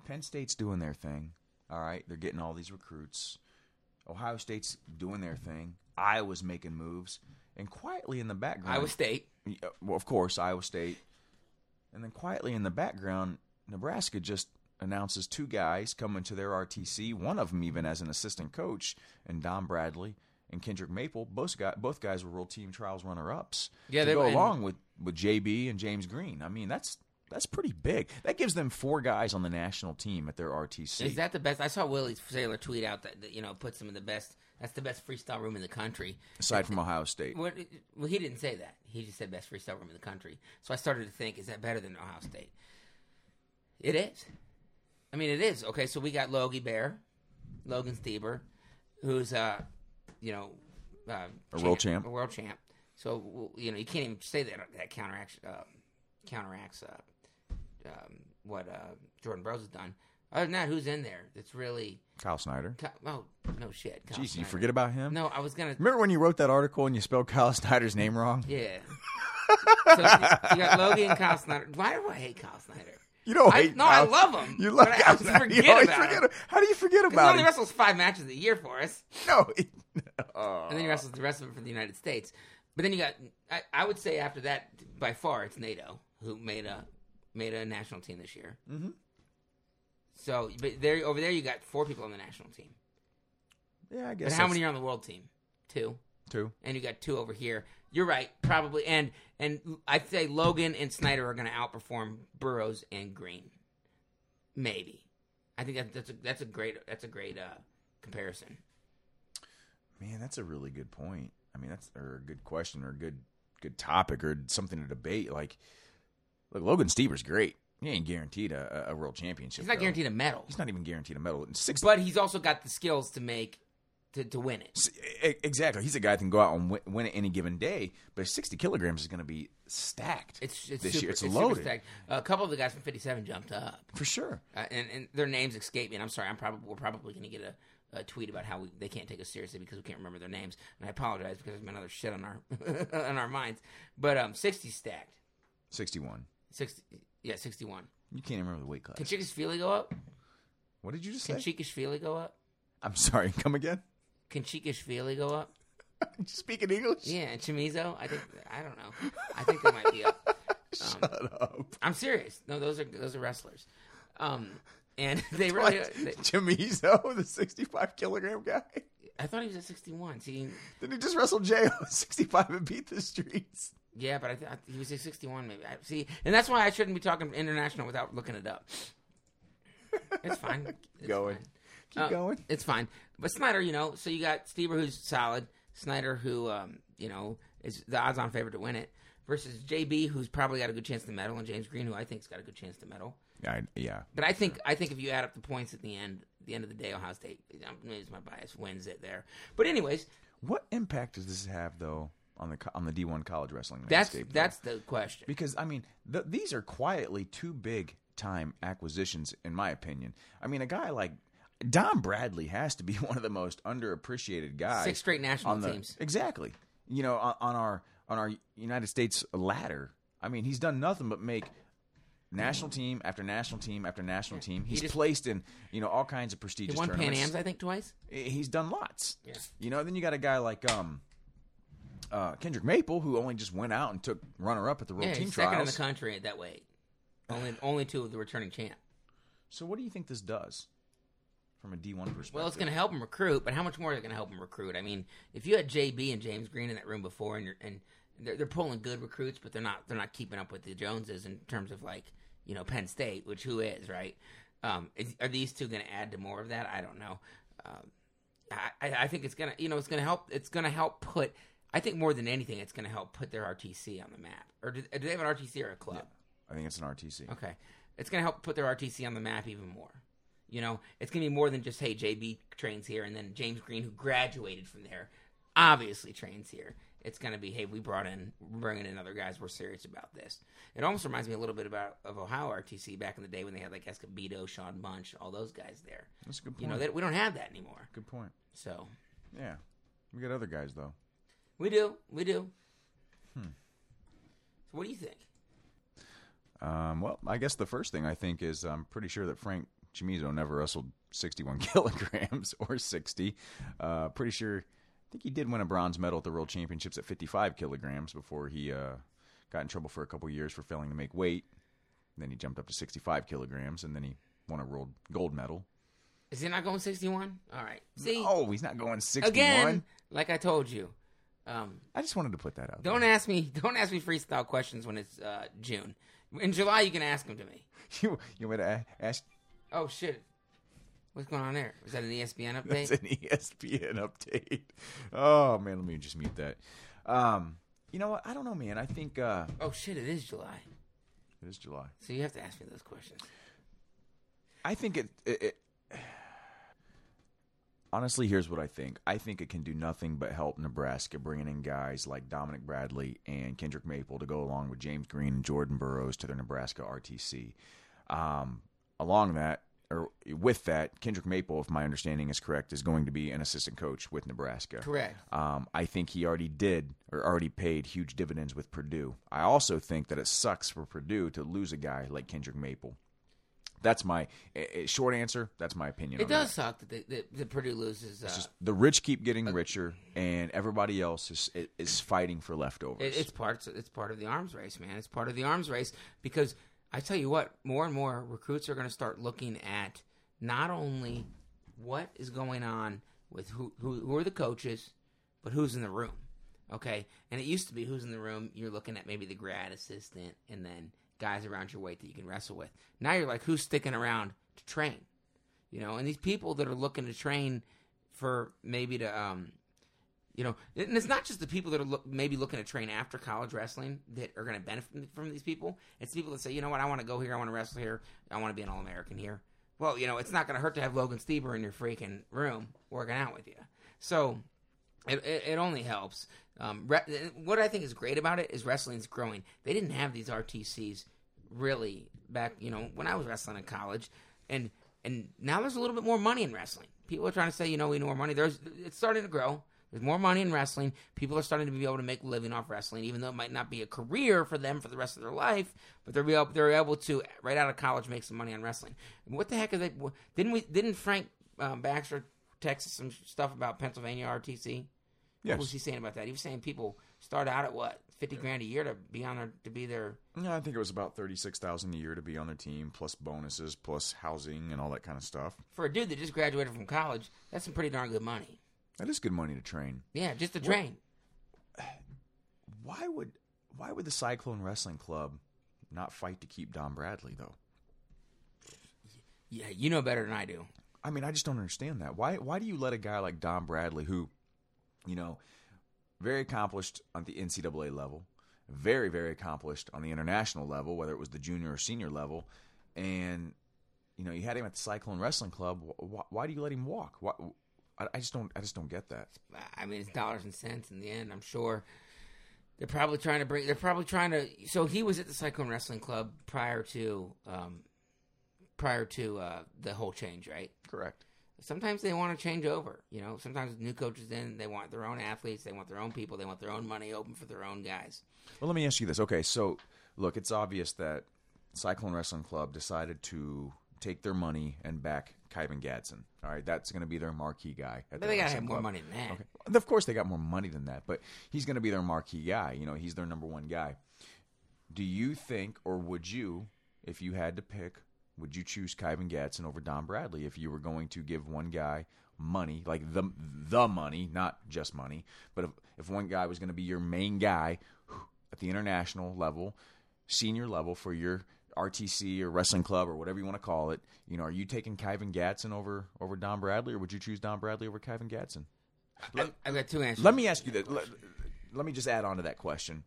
B: Penn State's doing their thing. All right, they're getting all these recruits. Ohio State's doing their thing. Iowa's making moves, and quietly in the background,
C: Iowa State.
B: Yeah, uh, well, of course, Iowa State, and then quietly in the background, Nebraska just announces two guys coming to their RTC. One of them even as an assistant coach, and Don Bradley and Kendrick Maple. Both guys, both guys were world team trials runner ups.
C: Yeah,
B: they
C: they
B: go
C: were- and-
B: along with with JB and James Green. I mean, that's that's pretty big. That gives them four guys on the national team at their RTC.
C: Is that the best? I saw Willie Saylor tweet out that, that you know puts him in the best. That's the best freestyle room in the country.
B: aside from Ohio State?
C: What, well, he didn't say that. He just said best freestyle room in the country. So I started to think, is that better than Ohio State? It is. I mean, it is. Okay, so we got Logie Bear, Logan Stieber, who's uh, you know, uh,
B: A world champ.
C: a world champ. So w- you know, you can't even say that that counteracts uh, counteracts uh, um, what uh, Jordan Bros has done. Other than that, who's in there? That's really
B: Kyle Snyder.
C: Ky- oh no shit. Kyle
B: Jeez, you
C: Snyder.
B: forget about him?
C: No, I was gonna.
B: Remember when you wrote that article and you spelled Kyle Snyder's name wrong?
C: Yeah. so you got Logie and Kyle Snyder. Why do I hate Kyle Snyder?
B: You don't
C: I-
B: hate
C: no, I
B: Kyle-
C: love him,
B: You love
C: but I
B: Kyle
C: always
B: Snyder.
C: forget
B: you always
C: about
B: forget
C: him.
B: How do you forget
C: Because he
B: about
C: only
B: him?
C: wrestles five matches a year for us,
B: No. he-
C: and then he wrestles the rest of them for the United States. But then you got, I, I would say after that, by far, it's NATO who made a made a national team this year. Mm-hmm. So, but there over there, you got four people on the national team.
B: yeah, I guess.
C: But how
B: that's
C: many are on the world team? Two.
B: Two.
C: and you got two over here. You're right, probably. And and I say Logan and Snyder are going to outperform Burrows and Green, maybe. I think that, that's a, that's a great that's a great uh, comparison.
B: Man, that's a really good point. I mean, that's or a good question or a good good topic or something to debate. Like, look, Logan Stever's great. He ain't guaranteed a, a a world championship.
C: He's not
B: though.
C: guaranteed a medal,
B: He's not even guaranteed a medal. And Six,
C: but he's also got the skills to make to, to win it.
B: s- e- exactly. He's a guy that can go out and win, win at any given day. But sixty kilograms is going to be stacked.
C: It's it's
B: this
C: super,
B: year. It's,
C: it's super
B: loaded
C: stacked. a couple of the guys from 57 jumped up,
B: for sure.
C: uh, and and their names escape me. And I'm sorry, I'm probably we're probably going to get a, a tweet about how we, they can't take us seriously because we can't remember their names. And I apologize because there's been other shit on our on our minds. But um, 60 stacked,
B: Sixty-one.
C: 60 yeah, 61.
B: You can't even remember the weight class.
C: Can Chikashvili go up?
B: what did you just say?
C: Can Chikashvili go up?
B: I'm sorry. Come again.
C: Can Chikashvili go up?
B: you speaking English?
C: Yeah, and Chimizo. I think I don't know. I think they might be up.
B: Shut up.
C: I'm serious. No, those are those are wrestlers, um, and they really. They,
B: Chimizo, the 65 kilogram guy.
C: I thought he was at 61. See,
B: Didn't he just wrestle J.O. 65 and beat the streets?
C: yeah, but I, th- I he was at 61 maybe. I, see, and that's why I shouldn't be talking international without looking it up. It's fine. It's
B: Going.
C: fine.
B: Keep
C: Uh,
B: going.
C: It's fine. But Snyder, you know, so you got Steber who's solid, Snyder who, um, you know, is the odds on favorite to win it, versus JB who's probably got a good chance to medal, and James Green who I think's got a good chance to medal.
B: I, yeah.
C: But I think I think if you add up the points at the end, at the end of the day, Ohio State, I mean, it's my bias, wins it there. But anyways,
B: What impact does this have, though, on the co- on the D1 college wrestling
C: that's
B: landscape? though?
C: that's the question.
B: Because, I mean, th- these are quietly two big time acquisitions, in my opinion. I mean, a guy like Don Bradley has to be one of the most underappreciated guys.
C: Six straight national
B: on the
C: teams.
B: exactly. You know, on, on our on our United States ladder. I mean, he's done nothing but make national team after national team after national team. He's
C: just-
B: placed in you know all kinds of
C: He
B: prestigious
C: won Pan
B: tournaments.
C: Am's, I think, twice.
B: He's done lots.
C: Yeah.
B: You know, then you got a guy like um. Uh, Kendrick Maple, who only just went out and took runner-up at the World
C: yeah,
B: Team
C: he's second in the
B: Trials.
C: country at that weight. Only only two of the returning champ.
B: so, what do you think this does from a D one perspective?
C: Well, it's going to help him recruit, but how much more is it going to help him recruit? I mean, if you had JB and James Green in that room before, and you're, and they're, they're pulling good recruits, but they're not they're not keeping up with the Joneses in terms of like you know Penn State, which who is right? Um, is, are these two going to add to more of that? I don't know. Um, I, I I think it's gonna you know it's gonna help it's gonna help put I think more than anything it's gonna help put their RTC on the map. Or do, do they have an RTC or a club?
B: I think it's an RTC.
C: Okay. It's going to help put their RTC on the map even more. You know, it's going to be more than just, hey, JB trains here, and then James Green, who graduated from there, obviously trains here. It's going to be, hey, we brought in, we're bringing in other guys. We're serious about this. It almost reminds me a little bit about of Ohio RTC back in the day when they had like Escobedo, Sean Bunch, all those guys there.
B: That's a good point.
C: You know, that we don't have that anymore.
B: good point.
C: So
B: Yeah, we got other guys though.
C: we do, we do. So what do you think?
B: Um, well, I guess the first thing I think is I'm pretty sure that Frank Chimizo never wrestled 61 kilograms or 60. Uh, pretty sure, I think he did win a bronze medal at the World Championships at 55 kilograms before he uh, got in trouble for a couple years for failing to make weight. And then he jumped up to 65 kilograms, and then he won a world gold medal.
C: Is he not going 61? All right. See,
B: Oh, he's not going 61.
C: again, like I told you, um,
B: I just wanted to put that out.
C: Don't
B: there.
C: ask me. Don't ask me freestyle questions when it's uh, June. In July, you can ask them to me.
B: you, you want me to a- ask?
C: Oh shit! What's going on there? Is that an E ESPN
B: That's
C: update?
B: an E ESPN update. Oh man, let me just mute that. Um, you know what? I don't know, man. I think uh,
C: Oh shit! It is July,
B: it is July.
C: so you have to ask me those questions.
B: I think it, it, it. Honestly, here's what I think. I think it can do nothing but help Nebraska bringing in guys like Dominic Bradley and Kendrick Maple to go along with James Green and Jordan Burroughs to their Nebraska RTC. Um, along that, or with that, Kendrick Maple, if my understanding is correct, is going to be an assistant coach with Nebraska.
C: Correct.
B: Um, I think he already did or already paid huge dividends with Purdue. I also think that it sucks for Purdue to lose a guy like Kendrick Maple. That's my eh, eh, short answer. That's my opinion.
C: It
B: on that.
C: does suck that, they, that, that Purdue loses. Uh,
B: Just the rich keep getting richer, and everybody else is is fighting for leftovers.
C: it, it's part. It's part of the arms race, man. It's part of the arms race because I tell you what, more and more recruits are going to start looking at not only what is going on with who, who who are the coaches, but who's in the room. Okay, and it used to be who's in the room. You're looking at maybe the grad assistant and then guys around your weight that you can wrestle with. Now you're like, who's sticking around to train? You know, and these people that are looking to train for maybe to um, You know, and it's not just the people that are look, maybe looking to train after college wrestling that are going to benefit from these people. It's people that say, you know what, I want to go here, I want to wrestle here, I want to be an All American here. Well, you know, it's not going to hurt to have Logan Steber in your freaking room working out with you. So it, it, it only helps. Um, re- what I think is great about it is wrestling's growing. They didn't have these RTCs really back, you know, when I was wrestling in college, and and now there's a little bit more money in wrestling. People are trying to say, you know, we need more money. There's it's starting to grow. There's more money in wrestling. People are starting to be able to make a living off wrestling, even though it might not be a career for them for the rest of their life. But they're able, they're able to right out of college make some money on wrestling. What the heck is they? wh- Didn't we? Didn't Frank um, Baxter text us some stuff about Pennsylvania RTC? What was
B: Yes.
C: he saying about that? He was saying people start out at what fifty grand a year to be on their to be their
B: Yeah, I think it was about thirty-six thousand a year to be on their team, plus bonuses, plus housing, and all that kind of stuff.
C: for a dude that just graduated from college. That's some pretty darn good money.
B: That is good money to train.
C: Yeah, just to train.
B: Why would why would the Cyclone Wrestling Club not fight to keep Don Bradley though?
C: Yeah, you know better than I do.
B: I mean, I just don't understand that. Why why do you let a guy like Don Bradley, who, you know, very accomplished on the NCAA level, very very accomplished on the international level, whether it was the junior or senior level, and you know you had him at the Cyclone Wrestling Club. Why, why do you let him walk? Why, I, I just don't I just don't get that.
C: I mean, it's dollars and cents in the end. I'm sure they're probably trying to bring. They're probably trying to. So he was at the Cyclone Wrestling Club prior to, um, prior to uh, the whole change, right?
B: Correct.
C: sometimes they want to change over. You know, sometimes new coaches in, they want their own athletes, they want their own people, they want their own money open for their own guys.
B: Well, let me ask you this. Okay, so look, it's obvious that Cyclone Wrestling Club decided to take their money and back Kyvan Gadsden. All right, that's going to be their marquee guy. At
C: But
B: their
C: they gotta
B: wrestling
C: have more
B: club.
C: money than that.
B: Okay. And Of course, they got more money than that, but he's going to be their marquee guy. You know, he's their number one guy. Do you think, or would you, if you had to pick, would you choose Kyvan Gadsden over Don Bradley if you were going to give one guy money, like the the money, not just money, but if, if one guy was going to be your main guy at the international level, senior level for your RTC or wrestling club or whatever you want to call it, you know, are you taking Kyvan Gadsden over over Don Bradley, or would you choose Don Bradley over Kyvan Gadsden?
C: I've, I've got two answers.
B: Let me ask you this. Let, let me just add on to that question.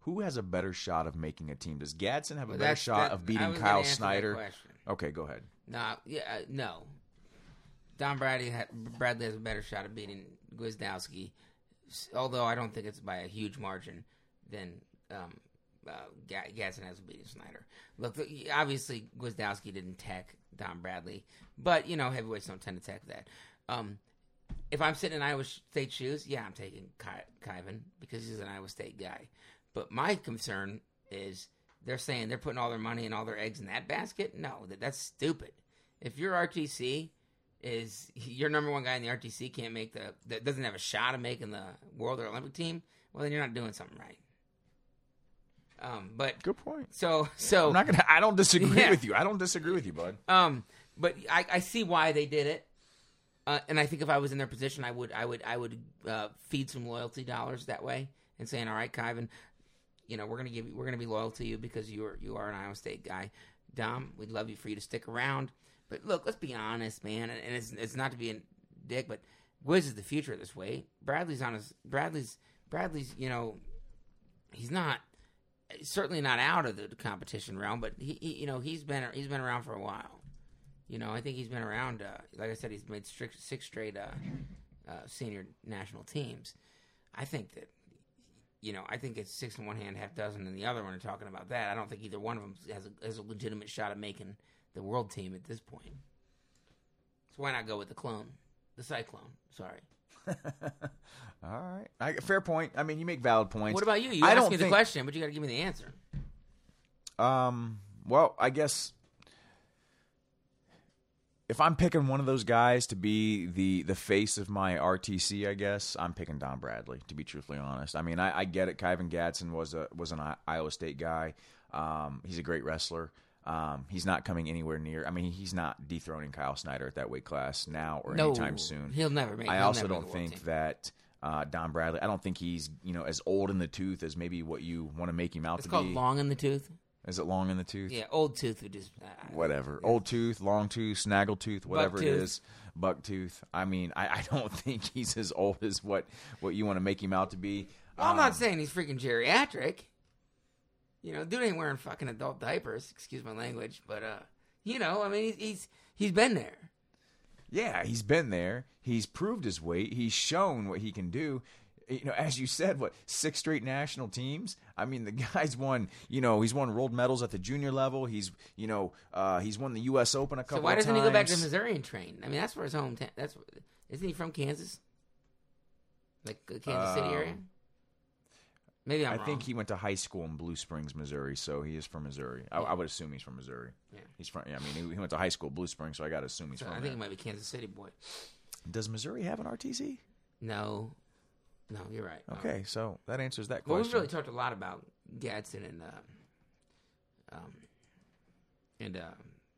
B: Who has a better shot of making a team? Does Gadsden have a
C: Well,
B: better
C: that's-
B: shot
C: that-
B: of
C: I
B: beating
C: was gonna
B: Kyle
C: answer that
B: Snyder?
C: question.
B: Okay, go ahead.
C: No, yeah, uh, no. Don Bradley ha- Bradley has a better shot of beating Gwizdowski, s- although I don't think it's by a huge margin than um, uh, Ga- Gasson has beating Snyder. Look, the- obviously Gwizdowski didn't tech Don Bradley, but you know heavyweights don't tend to tech that. Um, if I'm sitting in Iowa State shoes, yeah, I'm taking Ky- Kyvan because he's an Iowa State guy. But my concern is they're saying they're putting all their money and all their eggs in that basket. No, that, that's stupid. If your RTC is your number one guy in the RTC can't make the that doesn't have a shot of making the world or Olympic team, well then you're not doing something right. Um, but
B: Good point.
C: so so
B: I'm not gonna. I don't disagree
C: Yeah.
B: with you. I don't disagree with you, bud.
C: um, but I, I see why they did it, uh, and I think if I was in their position, I would I would I would uh, feed some loyalty dollars that way and saying, all right, Kyvan, you know we're gonna give you, we're gonna be loyal to you because you are you are an Iowa State guy, Dom. We'd love you for you to stick around, but look, let's be honest, man, and, and it's it's not to be a dick, but Wiz is the future of this way. Bradley's on his Bradley's Bradley's you know he's not certainly not out of the competition realm, but he, he you know he's been he's been around for a while. You know, I think he's been around. Uh, like I said, he's made strict, six straight uh, uh, senior national teams. I think that you know, I think it's six in one hand, half dozen in the other. When we're talking about that, I don't think either one of them has a, has a legitimate shot at making the world team at this point. So why not go with the clone, the cyclone? Sorry.
B: All right. I, fair point. I mean, you make valid points.
C: What about you? You
B: I
C: asked
B: don't
C: me the
B: think-
C: question, but you got to give me the answer.
B: Um. Well, I guess if I'm picking one of those guys to be the the face of my RTC, I guess I'm picking Don Bradley. To be truthfully honest, I mean, I, I get it. Kyvan Gadsden was a was an I- Iowa State guy. Um, he's a great wrestler. Um, he's not coming anywhere near. I mean, he's not dethroning Kyle Snyder at that weight class now or
C: No,
B: anytime soon.
C: he'll never make-
B: I
C: he'll
B: also
C: never make
B: don't
C: the world
B: think
C: team.
B: that uh, Don Bradley. I don't think he's you know as old in the tooth as maybe what you want to make him out
C: It's
B: to
C: called
B: be.
C: long in the tooth.
B: Is it long in the tooth?
C: Yeah, old tooth would just. Uh,
B: Whatever. Old tooth, long tooth, snaggle tooth, whatever it
C: Bucktooth.
B: is. Buck tooth. I mean, I, I don't think he's as old as what, what you want to make him out to be.
C: Well,
B: um,
C: I'm not saying he's freaking geriatric. You know, dude ain't wearing fucking adult diapers. Excuse my language, but uh, you know, I mean, he's he's, he's been there.
B: yeah, he's been there. He's proved his weight. He's shown what he can do. You know, as you said, what six straight national teams? I mean, the guy's won. You know, he's won world medals at the junior level. He's, you know, uh, he's won the U.S. Open a couple.
C: So why
B: of
C: doesn't he go back to
B: times.
C: Missouri and train? I mean, that's where his hometown. That's where- isn't he from Kansas? Like the Kansas City area.
B: Um,
C: Maybe I'm
B: I
C: wrong.
B: think he went to high school in Blue Springs, Missouri, so he is from Missouri. I, I would assume he's from Missouri.
C: Yeah.
B: He's from. Yeah, I mean, he, he went to high school Blue Springs, so I got to assume he's
C: So
B: from.
C: I think
B: there.
C: he might be Kansas City boy.
B: Does Missouri have an RTC?
C: No, no, you're right. No.
B: Okay, so that answers that
C: Well,
B: question.
C: we've really talked a lot about Gadsden and uh, um, and uh,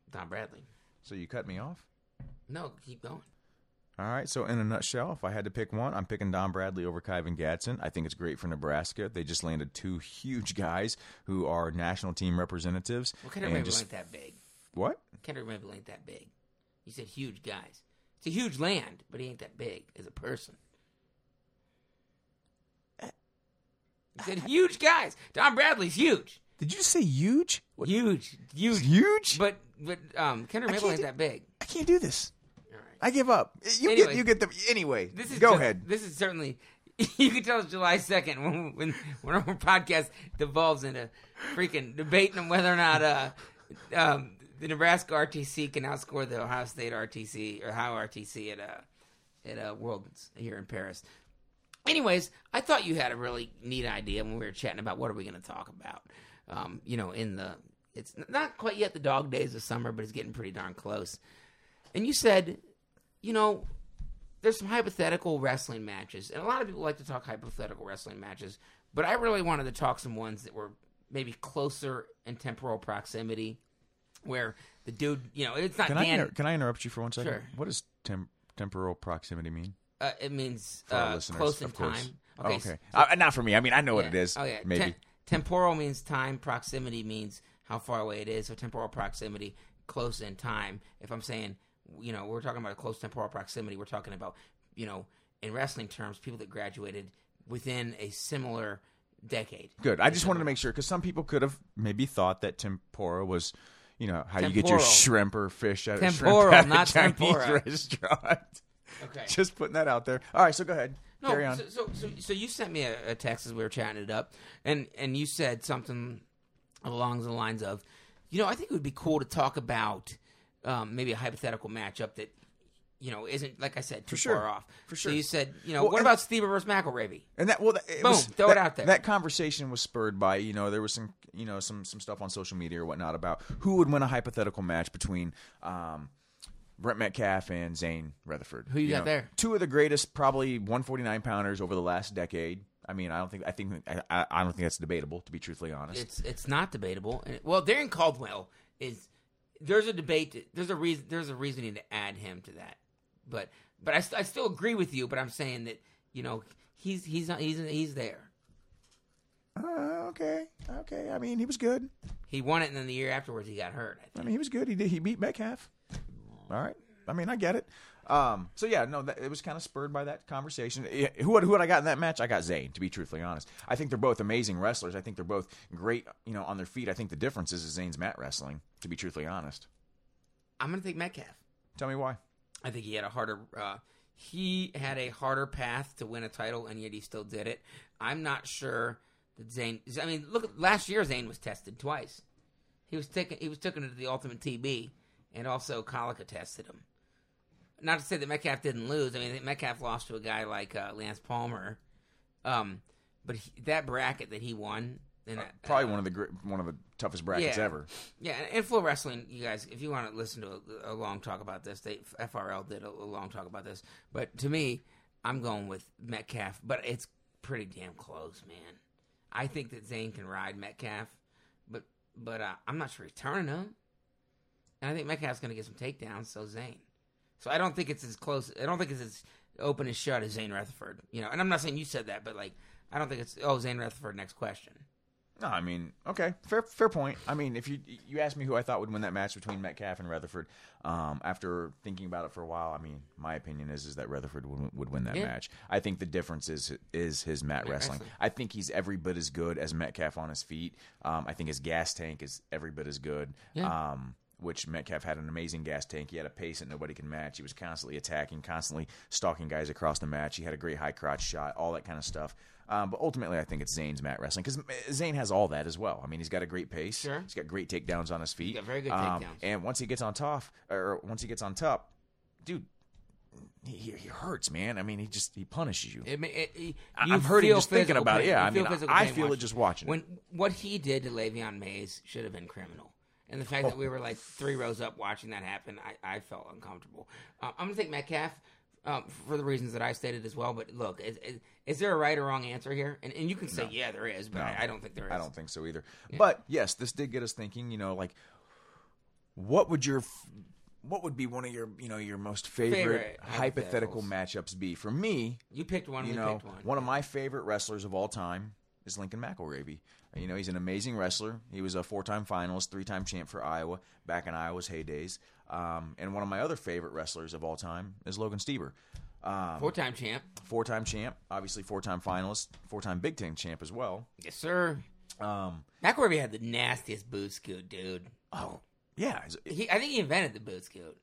C: Don Bradley.
B: so you cut me off.
C: No, keep going.
B: All right. So, in a nutshell, if I had to pick one, I'm picking Don Bradley over Kyvan Gadsden. I think it's great for Nebraska. They just landed two huge guys who are national team representatives.
C: Well, Kendrick
B: and
C: Mabel
B: just-
C: ain't that big.
B: What?
C: Kendrick Mabel ain't that big. You said huge guys. It's a huge land, but he ain't that big as a person. You said huge guys. Don Bradley's huge,
B: Did you say huge?
C: huge, huge.
B: Huge?
C: But but um, Kendrick
B: I
C: Mabel
B: can't
C: ain't that big.
B: I can't do this.
C: All right.
B: I give up. You
C: Anyway.
B: get you get the anyway.
C: This is
B: go
C: ju-
B: ahead.
C: This is certainly. You can tell it's July second when when when our podcast devolves into freaking debating on whether or not uh, um, the Nebraska RTC can outscore the Ohio State RTC or Ohio RTC at uh, at uh, Worlds here in Paris. Anyways, I thought you had a really neat idea when we were chatting about what are we going to talk about. Um, you know, in the it's not quite yet the dog days of summer, but it's getting pretty darn close. And you said, you know, there's some hypothetical wrestling matches, and a lot of people like to talk hypothetical wrestling matches, but I really wanted to talk some ones that were maybe closer in temporal proximity, where the dude, you know, it's not
B: Can I
C: Dan.
B: inter- can I interrupt you for one second?
C: Sure.
B: What does tem- temporal proximity mean
C: uh, it means
B: for our
C: uh,
B: listeners?
C: close in
B: of course.
C: time.
B: Oh, Okay.
C: so-
B: Uh, not for me. I mean, I know what it
C: Yeah.
B: is.
C: Oh yeah.
B: Maybe.
C: Tem- temporal means time. Proximity means how far away it is. So temporal proximity, close in time. If I'm saying, you know, we're talking about a close temporal proximity, we're talking about, you know, in wrestling terms, people that graduated within a similar decade.
B: Good. I just wanted to make sure because some people could have maybe thought that tempura was, you know, how you get your
C: Temporal.
B: shrimp or fish out
C: Temporal,
B: of shrimp at
C: not
B: a Chinese
C: tempura.
B: restaurant.
C: Okay.
B: just putting that out there. All right, so go ahead.
C: No,
B: Carry on.
C: So, so, so, so you sent me a, a text as we were chatting it up, and and you said something along the lines of, you know, I think it would be cool to talk about um, maybe a hypothetical matchup that, you know, isn't like I said too
B: sure.
C: far off.
B: For
C: So
B: sure.
C: you said, you know,
B: Well,
C: what
B: and-
C: about Steve versus McElravy?
B: And that well, that, it
C: Boom,
B: was-
C: throw it
B: that,
C: out there.
B: That conversation was spurred by you know there was some you know some some stuff on social media or whatnot about who would win a hypothetical match between um, Brent Metcalf and Zane Rutherford.
C: Who you got
B: know,
C: there?
B: Two of the greatest, probably 149 pounders over the last decade. I mean, I don't think I think I- I, I don't think that's debatable. To be truthfully honest,
C: It's it's not debatable. And- Well, Darren Caldwell is. There's a debate. that- There's a reason. There's a reasoning to add him to that. But but I, st- I still agree with you. But I'm saying that you know he's he's not, he's he's there.
B: Uh, okay, okay. I mean, he was good.
C: He won it, and then the year afterwards he got hurt. I think.
B: I mean, he was good. He did. He beat Metcalf. All right. I mean, I get it. Um, so yeah, no, that, it was kind of spurred by that conversation. Eh, Who would who would I got in that match? I got Zayn, to be truthfully honest. I think they're both amazing wrestlers. I think they're both great, you know, on their feet. I think the difference is, is Zayn's mat wrestling. To be truthfully honest,
C: I'm gonna take Metcalf.
B: tell me why.
C: I think he had a harder uh, he had a harder path to win a title, and yet he still did it. I'm not sure that Zane. I mean, look, at- last year Zane was tested twice. He was taken. He was taken to the Ultimate TB, and also Colica tested him. Not to say that Metcalf didn't lose. I mean, Metcalf lost to a guy like uh, Lance Palmer, um, but he, that bracket that he won, and that-
B: Probably one of the gr- one of the toughest brackets
C: Yeah.
B: ever.
C: yeah, and- and Flow Wrestling, you guys, if you want to listen to a, a long talk about this, they FRL did a, a long talk about this. But to me, I'm going with Metcalf, but it's pretty damn close, man. I think that Zane can ride Metcalf, but but uh, I'm not sure he's turning him. And I think Metcalf's going to get some takedowns, so Zane. So I don't think it's as close. I don't think it's as open and shut as Zane Rutherford. You know, and I'm not saying you said that, but like I don't think it's oh Zane Rutherford. Next question.
B: No, I mean, okay, fair fair point. I mean, if you you asked me who I thought would win that match between Metcalf and Rutherford, um, after thinking about it for a while, I mean, my opinion is is that Rutherford would, would win that
C: Yeah.
B: match. I think the difference is is his mat wrestling.
C: wrestling.
B: I think he's every bit as good as Metcalf on his feet. Um, I think his gas tank is every bit as good.
C: Yeah.
B: Um, which Metcalf had an amazing gas tank. He had a pace that nobody can match. He was constantly attacking, constantly stalking guys across the match. He had a great high crotch shot, all that kind of stuff. Um, but ultimately, I think it's Zane's mat wrestling because Zane has all that as well. I mean, he's got a great pace.
C: Sure.
B: He's got great takedowns on his feet.
C: got very good
B: Um,
C: takedowns.
B: and once he gets on top, or once he gets on top, dude, he, he he hurts, man. I mean, he just he punishes you.
C: It, ma- it, it,
B: I'm
C: you
B: hurting
C: feel
B: just thinking
C: physical
B: about it.
C: pain.
B: Yeah,
C: You
B: I
C: feel
B: mean,
C: physical
B: I
C: pain
B: feel it
C: watching
B: just watching it.
C: When what he did to Le'Veon Mays should have been criminal, and the fact
B: Oh.
C: that we were like three rows up watching that happen, I, I felt uncomfortable. Um, I'm gonna take Metcalf um, for the reasons that I stated as well. But look, is, is, is there a right or wrong answer here? And, and you can say yeah, there is, but I, I don't think there is.
B: I don't think so either. But yes, this did get us thinking. You know, like what would your f- what would be one of your you know your most favorite,
C: Favorite
B: hypothetical matchups be? For me,
C: You picked one.
B: you
C: we
B: know,
C: picked one.
B: of my favorite wrestlers of all time is Lincoln McElravy. You know, he's an amazing wrestler. He was a four-time finalist, three-time champ for Iowa back in Iowa's heydays. Um, and one of my other favorite wrestlers of all time is Logan Steber. Um,
C: Four-time champ.
B: four-time champ, obviously four-time finalist, four-time Big Ten champ as well.
C: Yes, sir.
B: Um,
C: McElroy had the nastiest boot scoot, dude.
B: oh, yeah, it's- it,
C: He, I think he invented the boot scoot.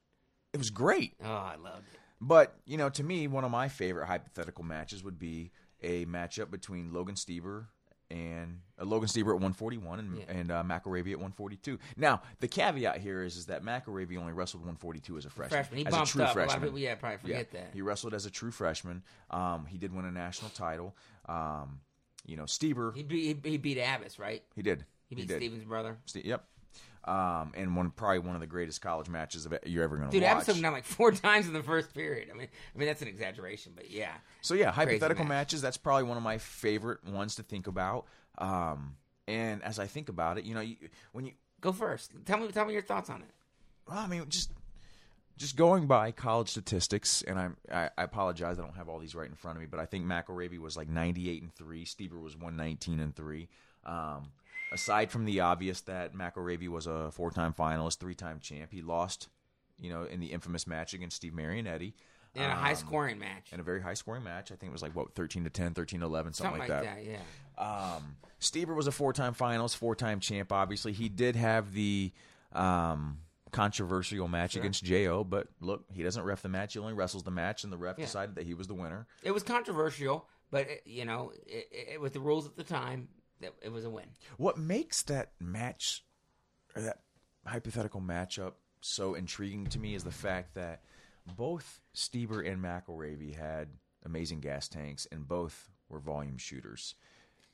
B: it was great.
C: Oh, I loved it.
B: But you know, to me, one of my favorite hypothetical matches would be a matchup between Logan Steber and uh, Logan Steber at 141 and,
C: Yeah.
B: and uh, McElravy at 142. Now, the caveat here is is that McElravy only wrestled 142 as a freshman,
C: Freshman. He
B: as
C: bumped
B: a true
C: up. A lot
B: freshman.
C: of people, yeah, probably
B: Yeah,
C: forget that.
B: he wrestled as a true freshman. Um, he did win a national title. Um, you know, Steber,
C: He
B: he,
C: beat, he, he beat Abbas, right?
B: did.
C: He beat
B: did.
C: Steven's brother.
B: Ste- yep. Um, and one probably one of the greatest college matches of e-, you're ever going to
C: Dude,
B: watch.
C: Abbas took him down like four times in the first period. I mean, I mean that's an exaggeration, but yeah.
B: So yeah, hypothetical
C: match.
B: matches. That's probably one of my favorite ones to think about. Um, and as I think about it, you know, you, when you,
C: Go first. Tell me, tell me your thoughts on it.
B: well, I mean, just just going by college statistics, and I'm, I, I apologize, I don't have all these right in front of me, but I think McElravy was like 98 and three, Steber was 119 and three. Um, aside from the obvious that McElravy was a four-time finalist, three-time champ, he lost, you know, in the infamous match against Steve Marionetti.
C: In a
B: Um,
C: high scoring match,
B: In a very high scoring match. I think it was like, what, 13 to 10, 13 to 11, something,
C: something like that. yeah.
B: Um, Steber was a four-time finalist, four-time champ. Obviously, he did have the um, controversial match against Jo, but look, he doesn't ref the match. He only wrestles the match, and the ref decided that he was the winner.
C: It was controversial, but it, you know, it, it, with the rules at the time, it, it was a win.
B: What makes that match, or that hypothetical matchup, so intriguing to me is the fact that both Steber and McElravy had amazing gas tanks, and both were volume shooters.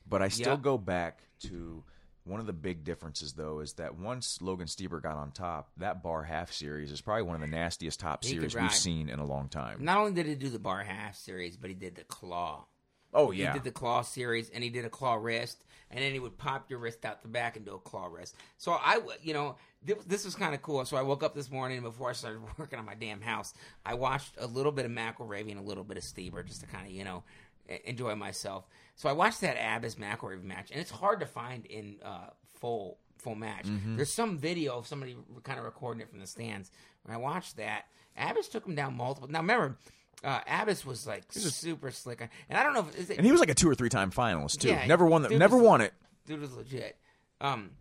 B: But I still
C: Yep.
B: go back to one of the big differences, though, is that once Logan Steber got on top, that bar half series is probably one of the nastiest top
C: He could
B: series
C: ride.
B: we've seen in a long time.
C: Not only did he do the bar half series, but he did the claw.
B: oh
C: He
B: yeah,
C: did the claw series, and he did a claw wrist, and then he would pop your wrist out the back and do a claw wrist. So I, w- you know, th- this was kind of cool. So I woke up this morning and before I started working on my damn house. I watched a little bit of McElravy and a little bit of Steber just to kind of, you know, e- enjoy myself. So I watched that Abbas McElravy match, and it's hard to find in uh, full full match.
B: Mm-hmm.
C: There's some video of somebody kind of recording it from the stands. When I watched that, Abbas took him down multiple. Now remember. Uh, Abbas was like super slick, and I don't know if is it,
B: and he was like a two or three time finalist too.
C: Yeah,
B: never won that.
C: dude
B: Never
C: was-
B: won it.
C: dude was legit. Um,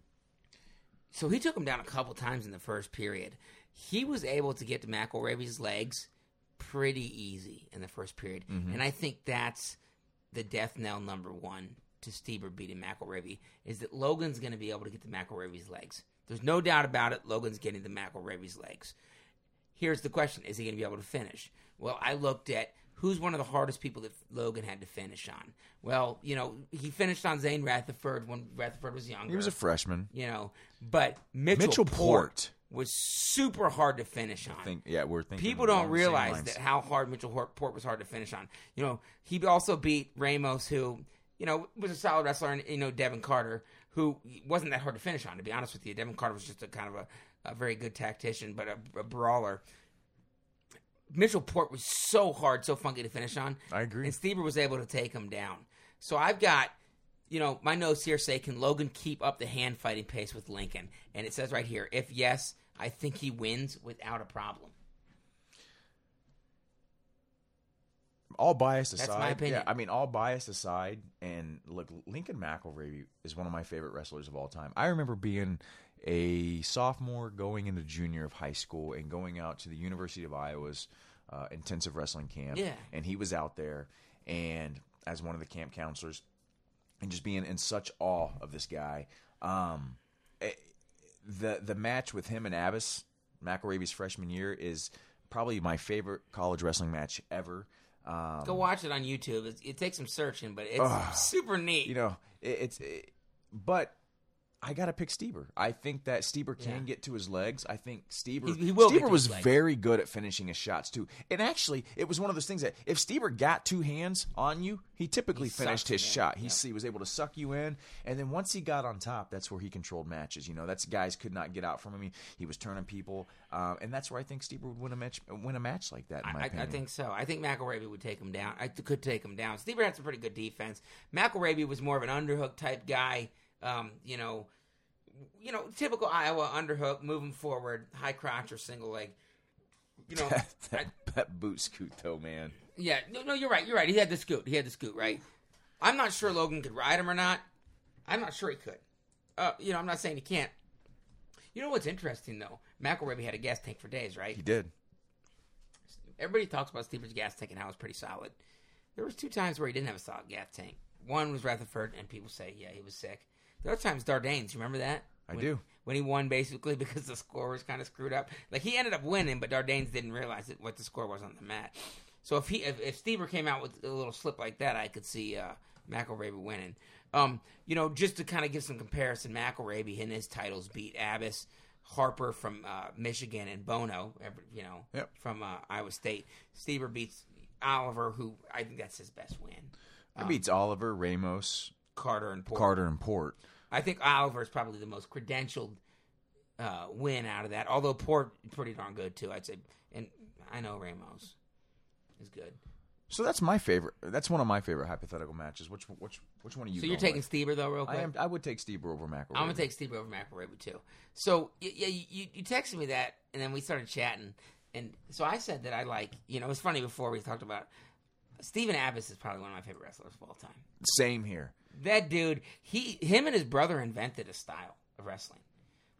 C: so he took him down a couple times in the first period. He was able to get to McElravy's legs pretty easy in the first period,
B: Mm-hmm.
C: and I think that's the death knell number one to Steber beating McElravy is that Logan's going to be able to get to McElravy's legs. There's no doubt about it. Logan's getting to McElravy's legs. Here's the question: Is he going to be able to finish? Well, I looked at who's one of the hardest people that Logan had to finish on. Well, you know, he finished on Zane Rutherford when Rutherford was younger
B: He was a freshman.
C: you know. But Mitchell,
B: Mitchell
C: Port,
B: Port.
C: was super hard to finish on.
B: Think, yeah, we're thinking
C: People
B: along
C: don't
B: the same
C: realize
B: lines.
C: that how hard Mitchell Hor- Port was hard to finish on. You know, he also beat Ramos, who you know was a solid wrestler, and you know Devin Carter, who wasn't that hard to finish on. To be honest with you, Devin Carter was just a kind of a, a very good tactician, but a, a brawler. Mitchell Port was so hard, so funky to finish on.
B: I agree.
C: And Steber was able to take him down. So I've got you know, my notes here say, can Logan keep up the hand fighting pace with Lincoln? And it says right here, if yes, I think he wins without a problem.
B: all bias aside,
C: That's my opinion.
B: yeah, I mean, all bias aside, and look, Lincoln McIlvary is one of my favorite wrestlers of all time. I remember being a sophomore going into junior of high school and going out to the University of Iowa's uh, intensive wrestling camp.
C: Yeah.
B: And he was out there, and as one of the camp counselors, and just being in such awe of this guy. Um, eh, the the match with him and Abbas McElravy's freshman year is probably my favorite college wrestling match ever. Um,
C: Go watch it on YouTube. It, it takes some searching, but it's
B: Ugh.
C: super neat.
B: you know, it, it's. It, but I gotta pick Steber. I think that Steber can
C: Yeah.
B: get to his legs. I think Steber.
C: He- he will get
B: Steber
C: to
B: was
C: his legs.
B: very good at finishing his shots too. And actually, it was one of those things that if Steber got two hands on you, he typically
C: He
B: finished
C: sucked
B: his
C: you in.
B: shot. He,
C: Yep.
B: he was able to suck you in, and then once he got on top, that's where he controlled matches. You know, that's guys could not get out from him. He, he was turning people, um, and that's where I think Steber would win a match. Win a match like that. In my
C: I, I
B: opinion.
C: think so. I think McElravy would take him down. I th- could take him down. Stever had some pretty good defense. McElravy was more of an underhook type guy. Um, you know, you know, typical Iowa underhook, moving forward, high crotch or single leg. You know,
B: that,
C: I-
B: that boot scoot though, man.
C: yeah, no, no, you're right. You're right. He had the scoot. He had the scoot. Right. I'm not sure Logan could ride him or not. I'm not sure he could. Uh, you know, I'm not saying he can't. You know what's interesting though? McElravy had a gas tank for days, right?
B: He did.
C: everybody talks about Stever's gas tank and how it's pretty solid. There was two times where he didn't have a solid gas tank. One was Rutherford, and people say, yeah, he was sick. The other time's Dardanes. You remember that?
B: I
C: When-
B: do.
C: When he won, basically, because the score was kind of screwed up. Like, he ended up winning, but Dardanes didn't realize it, what the score was on the mat. So if he if, if Stever came out with a little slip like that, I could see uh, McElravy winning. Um, you know, just to kind of give some comparison, McElravy in his titles beat Abbas, Harper from uh, Michigan, and Bono, every- you know,
B: Yep.
C: from uh, Iowa State. Stever beats Oliver, who I think that's his best win.
B: It beats Oliver, Ramos,
C: Carter and Porter.
B: Carter, and Port.
C: I think Oliver is probably the most credentialed uh, win out of that. Although Port pretty darn good too, I'd say. And I know Ramos is good.
B: So that's my favorite. That's one of my favorite hypothetical matches. Which which which one are you?
C: so you're
B: going
C: taking
B: with?
C: Stever though, real quick.
B: I am. I would take Steve over McElroy.
C: I'm gonna take Steve over McElravy too. So y- yeah, you- you you texted me that, and then we started chatting, and so I said that I like you know it's funny before we talked about Steven Abbas is probably one of my favorite wrestlers of all time.
B: Same here.
C: That dude, he him and his brother invented a style of wrestling.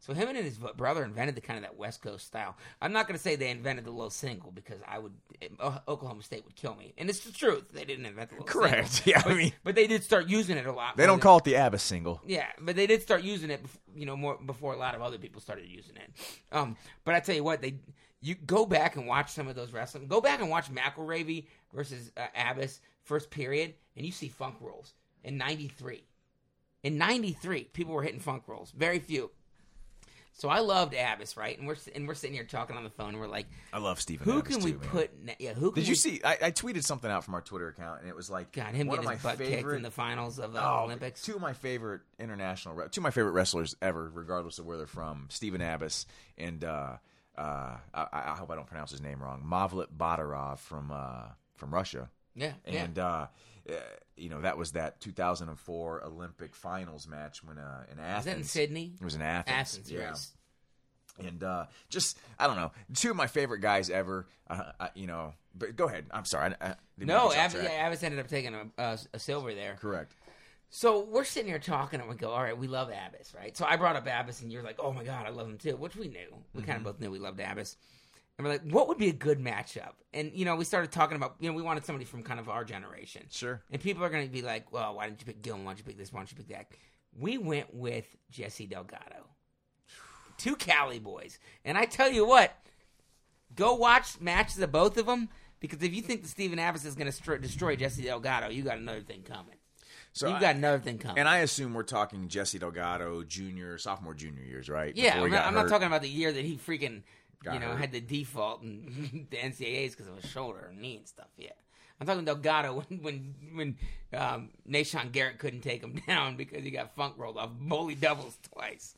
C: So him and his v- brother invented the kind of that West Coast style. I'm not going to say they invented the low single because I would eh, O- Oklahoma State would kill me, and it's the truth. They didn't invent the low single.
B: Correct. Yeah. I mean,
C: but they did start using it a lot.
B: they
C: when
B: don't call it the Abbas single.
C: yeah, but they did start using it, bef- you know, more before a lot of other people started using it. Um, but I tell you what, they you go back and watch some of those wrestling. Go back and watch McElravy versus uh, Abbas first period, and you see funk rolls in '93. In '93, people were hitting funk rolls. Very few. So I loved Abbas, right? And we're s- and we're sitting here talking on the phone. And we're like,
B: I love Steven.
C: who
B: Abbas
C: can we
B: too, man.
C: put? Ne- yeah, who can
B: Did you
C: we-
B: see? I, I tweeted something out from our Twitter account, and it was like
C: God, him
B: one
C: getting
B: of
C: his
B: my
C: butt kicked
B: favorite
C: in the finals of the
B: Oh,
C: Olympics?
B: Two of my favorite international, re- two of my favorite wrestlers ever, regardless of where they're from, Stephen Abbas and uh, uh, I, I hope I don't pronounce his name wrong, Mavlut Badarov from uh, from Russia,
C: yeah, yeah.
B: and uh, uh, you know that was that 2004 Olympic finals match when uh, in Athens.
C: Is that in Sydney?
B: It was in Athens.
C: Athens,
B: yeah
C: yes.
B: and uh, just I don't know, two of my favorite guys ever. Uh, I, you know, but go ahead. I'm sorry. I, I didn't mean
C: No,
B: to get you off
C: Abbas,
B: track.
C: yeah, Abbas ended up taking a, a, a silver there.
B: correct.
C: So we're sitting here talking, and we go, "All right, we love Abbas, right?" So I brought up Abbas, and you're like, "Oh my god, I love him too," which we knew. We kind of both knew we loved Abbas, and we're like, "What would be a good matchup?" And you know, we started talking about, you know, we wanted somebody from kind of our generation,
B: Sure.
C: and people are going to be like, "Well, why didn't you pick Gilman? Why didn't you pick this? Why didn't you pick that?" We went with Jesse Delgado, two Cali boys, and I tell you what, go watch matches of both of them because if you think that Steven Abbas is going to stro- destroy Jesse Delgado, you got another thing coming.
B: So
C: you
B: I-
C: got another thing coming.
B: And I assume we're talking Jesse Delgado junior, sophomore, junior years, right?
C: Yeah,
B: Before
C: I'm
B: he
C: not,
B: got
C: I'm not
B: hurt.
C: talking about the year that he freaking,
B: Got
C: you know,
B: hurt.
C: had the default and the NCAAs because of his shoulder and knee and stuff. Yeah, I'm talking Delgado when when when um, Nashawn Garrett couldn't take him down because he got funk rolled off bully doubles twice.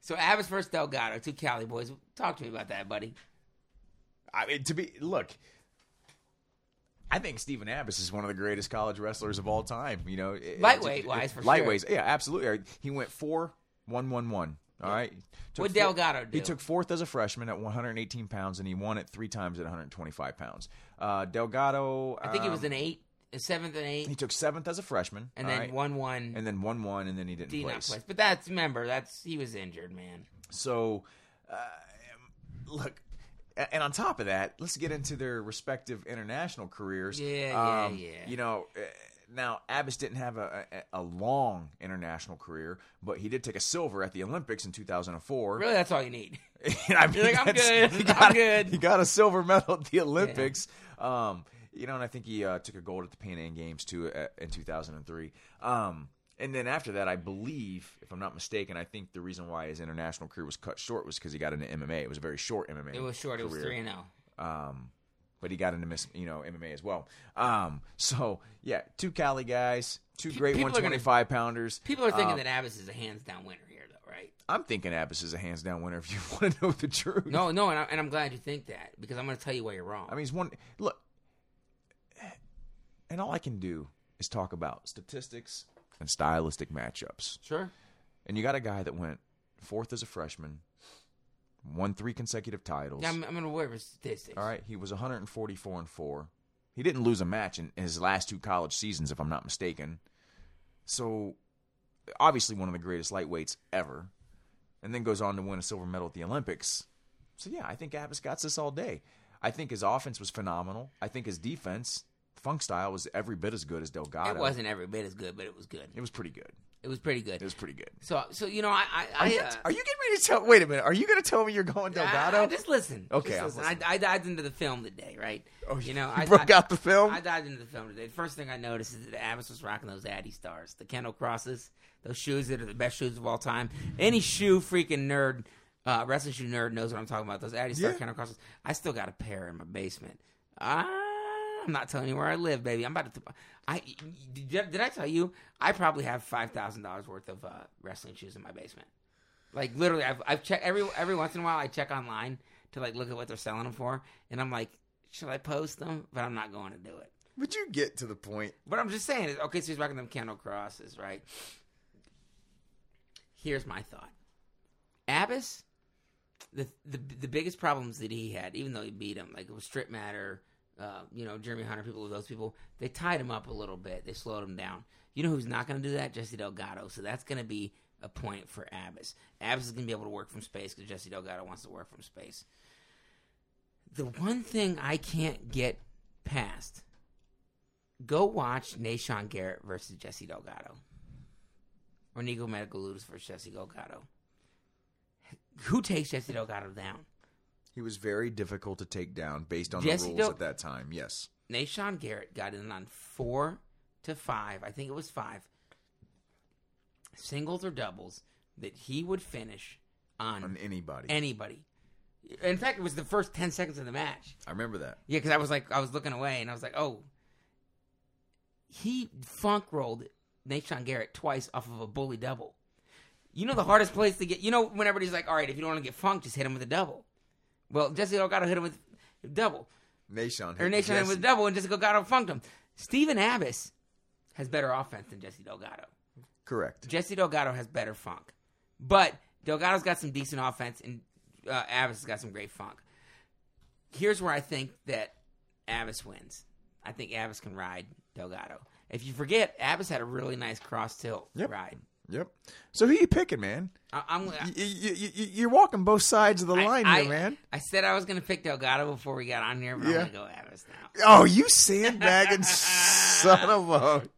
C: so Abbas versus Delgado, two Cali boys. Talk to me about that, buddy.
B: I mean, to be look, I think Stephen Abbas is one of the greatest college wrestlers of all time. You know, it-
C: Lightweight
B: it-
C: wise, for sure.
B: lightweights. Yeah, absolutely. He went four one one one. All right. Took
C: What'd
B: four-
C: Delgado do?
B: He took fourth as a freshman at 118 pounds, and he won it three times at 125 pounds. Uh, Delgado,
C: I think he was an eight, a seventh and
B: um, He
C: eight,
B: took seventh as a freshman,
C: and
B: all
C: then
B: right?
C: one one.
B: and then one one, and then he didn't
C: D not
B: place.
C: place. But that's remember that's he was injured, man.
B: So, uh, look, a- and on top of that, let's get into their respective international careers.
C: Yeah, yeah, yeah.
B: You know, uh, now Abbas didn't have a, a a long international career, but he did take a silver at the Olympics in 2004.
C: Really, that's all you need.
B: And I mean,
C: You're like, I'm
B: that's-
C: good.
B: He got,
C: I'm good.
B: He got a silver medal at the Olympics. Um, you know, and I think he uh, took a gold at the Pan Am Games too uh, in 2003. Um, and then after that, I believe, if I'm not mistaken, I think the reason why his international career was cut short was because he got into MMA. It was a very short MMA.
C: It was short. It was
B: career
C: three and oh. zero.
B: um, but he got into miss, you know MMA as well. Um, so yeah, two Cali guys, two great
C: people are gonna-
B: 125 pounders.
C: People are thinking
B: Um,
C: that Abbas is a hands down winner here, though, right?
B: I'm thinking Abbas is a hands down winner. If you want to know the truth,
C: No, no, and, I, and I'm glad you think that because I'm going to tell you why you're wrong.
B: I mean, he's one look, and all I can do is talk about statistics and stylistic matchups.
C: sure.
B: And you got a guy that went fourth as a freshman, won three consecutive titles.
C: Yeah, I'm, I'm going to worry about statistics.
B: All right, he was 144 and four. He didn't lose a match in his last two college seasons, if I'm not mistaken. So, obviously, one of the greatest lightweights ever, and then goes on to win a silver medal at the Olympics. So, yeah, I think Abbas got this all day. I think his offense was phenomenal. I think his defense, funk style, was every bit as good as Delgado.
C: It wasn't every bit as good, but it was good.
B: It was pretty good.
C: It was pretty good.
B: It was pretty good.
C: so, so you know, I, I,
B: Are,
C: I
B: you,
C: uh,
B: are you getting ready to tell? Wait a minute. Are you going to tell me you're going Delgado?
C: I, I just listen.
B: Okay,
C: Just
B: I'm
C: listen.
B: listening.
C: I, I dived into the film today, right?
B: oh,
C: you know,
B: you
C: I
B: broke
C: I,
B: out the film.
C: I dived into the film today. The first thing I noticed is that Abbas was rocking those Addy stars, the Kendall crosses, those shoes that are the best shoes of all time. Any shoe freaking nerd, uh, wrestling shoe nerd knows what I'm talking about. Those Addy star
B: Yeah.
C: Kendall crosses. I still got a pair in my basement. Ah, I'm not telling you where I live, baby. I'm about to. I did, did I tell you? I probably have five thousand dollars worth of uh, wrestling shoes in my basement. Like literally, I've I've checked every every once in a while. I check online to like look at what they're selling them for, and I'm like, should I post them? But I'm not going to do it.
B: But you get to the point.
C: But I'm just saying, is- okay, so he's rocking them candle crosses, right? Here's my thought. Abbas, the the the biggest problems that he had, even though he beat him, like it was Strip Matter, uh, you know, Jeremy Hunter, people, those people, they tied him up a little bit. They slowed him down. You know who's not going to do that? Jesse Delgado. So that's going to be a point for Abbas. Abbas is going to be able to work from space because Jesse Delgado wants to work from space. The one thing I can't get past go watch Nashawn Garrett versus Jesse Delgado. Or Nico Medicaludis versus Jesse Delgado. Who takes Jesse Delgado down?
B: He was very difficult to take down based on
C: Jesse
B: the rules
C: Del-
B: at that time. Yes.
C: Nashawn Garrett got in on four to five, I think it was five, singles or doubles that he would finish
B: On
C: on
B: anybody.
C: anybody. In fact, it was the first 10 seconds of the match.
B: I remember that.
C: Yeah, because I was like, I was looking away, and I was like, oh, he funk rolled Nation Garrett twice off of a bully double. You know the hardest place to get. You know when everybody's like, all right, if you don't want to get funked, just hit him with a double. Well, Jesse Delgado hit him with a double.
B: Nation.
C: Or Nation hit him with a double, and Jesse Delgado funked him. Steven Abbas has better offense than Jesse Delgado.
B: Correct.
C: Jesse Delgado has better funk, but Delgado's got some decent offense, and uh, Abbas has got some great funk. Here's where I think that Abbas wins. I think Abbas can ride Delgado. If you forget, Abbas had a really nice cross tilt
B: Yep.
C: ride.
B: Yep. So who you picking, man?
C: I, I'm.
B: Y-
C: I,
B: y- y- y- you're walking both sides of the line
C: I,
B: here, man.
C: I said I was going to pick Delgado before we got on here, but
B: Yeah.
C: I'm going to go Abbas now.
B: Oh, you sandbagging son of a! Look,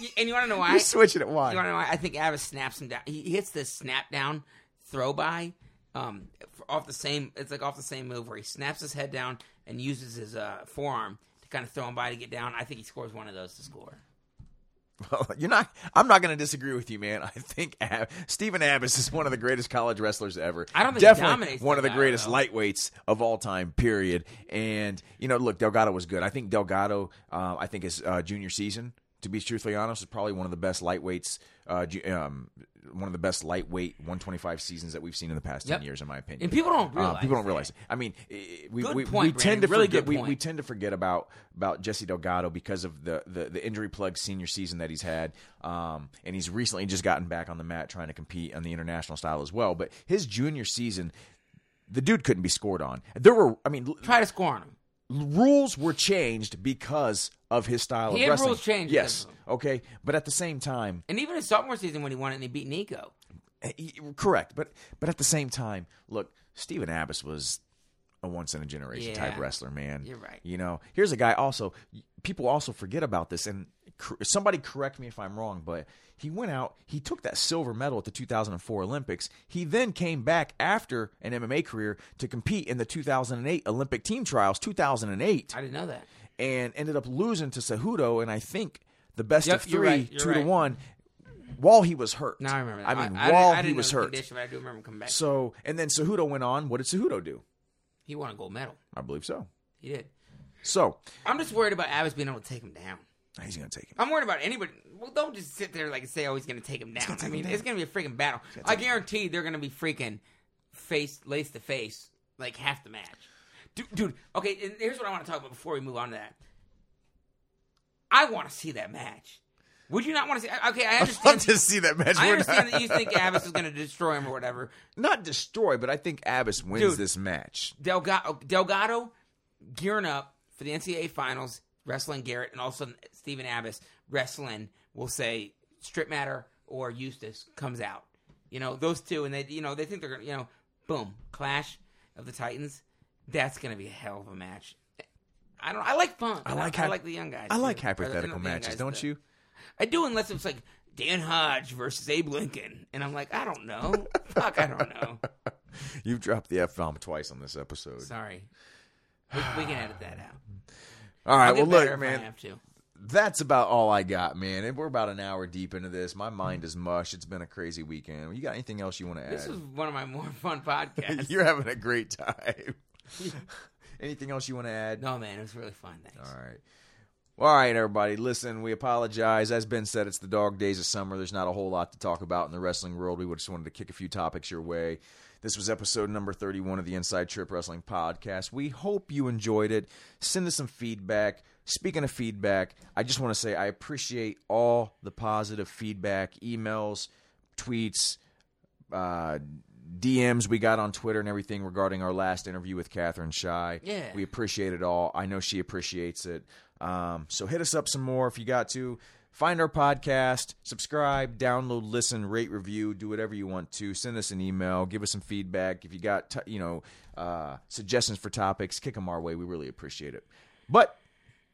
C: You- And you want to know why?
B: You're switching it
C: You want
B: wide.
C: to know why? I think Abbas snaps him down. He he hits this snap down throw by um, f- off the same. It's like off the same move where he snaps his head down and uses his uh, forearm to kind of throw him by to get down. I think he scores one of those to score.
B: Well, you're not. I'm not going to disagree with you, man. I think Ab- Stephen Abbas is one of the greatest college wrestlers ever.
C: I don't think he
B: definitely
C: dominates
B: one of the
C: Delgado,
B: greatest
C: though.
B: lightweights of all time. Period. And you know, look, Delgado was good. I think Delgado. Uh, I think his uh, junior season, to be truthfully honest, is probably one of the best lightweights uh, ju- um, one of the best lightweight 125 seasons that we've seen in the past 10
C: Yep.
B: years, in my opinion.
C: And people don't
B: Uh,
C: realize.
B: people don't realize. I mean, i- i- we,
C: Good
B: we,
C: point,
B: we tend
C: Brandon.
B: to
C: Really
B: forget
C: good
B: we,
C: point.
B: we tend to forget about about Jesse Delgado because of the the, the injury plug senior season that he's had, um, and he's recently just gotten back on the mat trying to compete on the international style as well. But his junior season, the dude couldn't be scored on. There were, I mean, l-
C: Try to score on him.
B: rules were changed because of his style of
C: He had
B: wrestling.
C: rules changed
B: yes,
C: because of
B: okay, but at the same time,
C: And even his sophomore season when he won it and he beat Nico.
B: he- Eh, correct but but at the same time look Stephen abbas was a once in a generation type
C: Yeah.
B: wrestler man
C: You're right.
B: you know here's a guy also people also forget about this and cor- somebody correct me if i'm wrong but he went out he took that silver medal at the 2004 olympics he then came back after an mma career to compete in the 2008 olympic team trials 2008
C: I didn't know that.
B: and ended up losing to Cejudo and i think the best
C: Yep,
B: of
C: you're
B: 3
C: right, you're
B: 2 to
C: right.
B: 1 while he was hurt
C: Now I remember that.
B: i mean
C: didn't-
B: while
C: I
B: he
C: didn't
B: was
C: know the
B: hurt
C: Condition, but I do remember him coming back.
B: so, and then Cejudo went on. What did Cejudo do?
C: he won a gold medal.
B: I believe so.
C: He did.
B: So,
C: I'm just worried about Abbas being able to take him down.
B: he's going to take him.
C: I'm worried about anybody. Well, don't just sit there like and say, "Oh, he's going to take him down." I mean, it's going to be a freaking battle. I guarantee they're going to be freaking face lace to face like half the match. Dude, dude. Okay, and here's what I want to talk about before we move on to that. I want to see that match. Would you not want to see? Okay,
B: Love
C: I understand.
B: to see that match.
C: I
B: We're
C: understand
B: not,
C: that you think Abbas is going to destroy him or whatever.
B: not destroy, but I think Abbas wins
C: Dude.
B: this match.
C: Delgado, Delgado gearing up for the NCAA finals, wrestling Garrett, and also Stephen Abbas wrestling. We'll say Strip Matter or Eustace comes out. You know those two, and they you know they think they're gonna you know boom clash of the Titans. That's gonna be a hell of a match. I don't. I like fun. I
B: like
C: I,
B: hy-
C: like the young guys.
B: I
C: too.
B: like
C: Or
B: hypothetical
C: the- the young
B: matches,
C: guys,
B: don't
C: the-
B: you?
C: I do, unless it's like Dan Hodge versus Abe Lincoln, and I'm like, I don't know. Fuck, I don't know.
B: You've dropped the F bomb twice on this episode.
C: Sorry. We, we can edit that out.
B: All right,
C: I'll get
B: well, look,
C: better if I
B: man,
C: have to.
B: that's about all I got, man. And we're about an hour deep into this. My mind is mush. It's been a crazy weekend. You got anything else you want to add?
C: This was one of my more fun podcasts.
B: You're having a great time. anything else you want to add?
C: no, man, it was really fun. Thanks.
B: All right. Well, all right, everybody. Listen, we apologize. As Ben said, it's the dog days of summer. There's not a whole lot to talk about in the wrestling world. We just wanted to kick a few topics your way. This was episode number 31 of the Inside Trip Wrestling Podcast. We hope you enjoyed it. Send us some feedback. Speaking of feedback, I just want to say I appreciate all the positive feedback, emails, tweets, uh, DMs we got on Twitter and everything regarding our last interview with Catherine Shy.
C: Yeah.
B: We appreciate it all. I know she appreciates it. Um, so hit us up some more if you got to. Find our podcast, subscribe, download, listen, rate, review, do whatever you want to. Send us an email, give us some feedback. If you got, t- you know, uh, suggestions for topics, kick them our way. We really appreciate it. But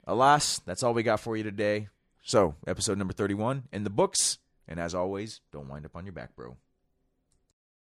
B: alas, that's all we got for you today. So, episode number 31 in the books. And as always, don't wind up on your back, bro.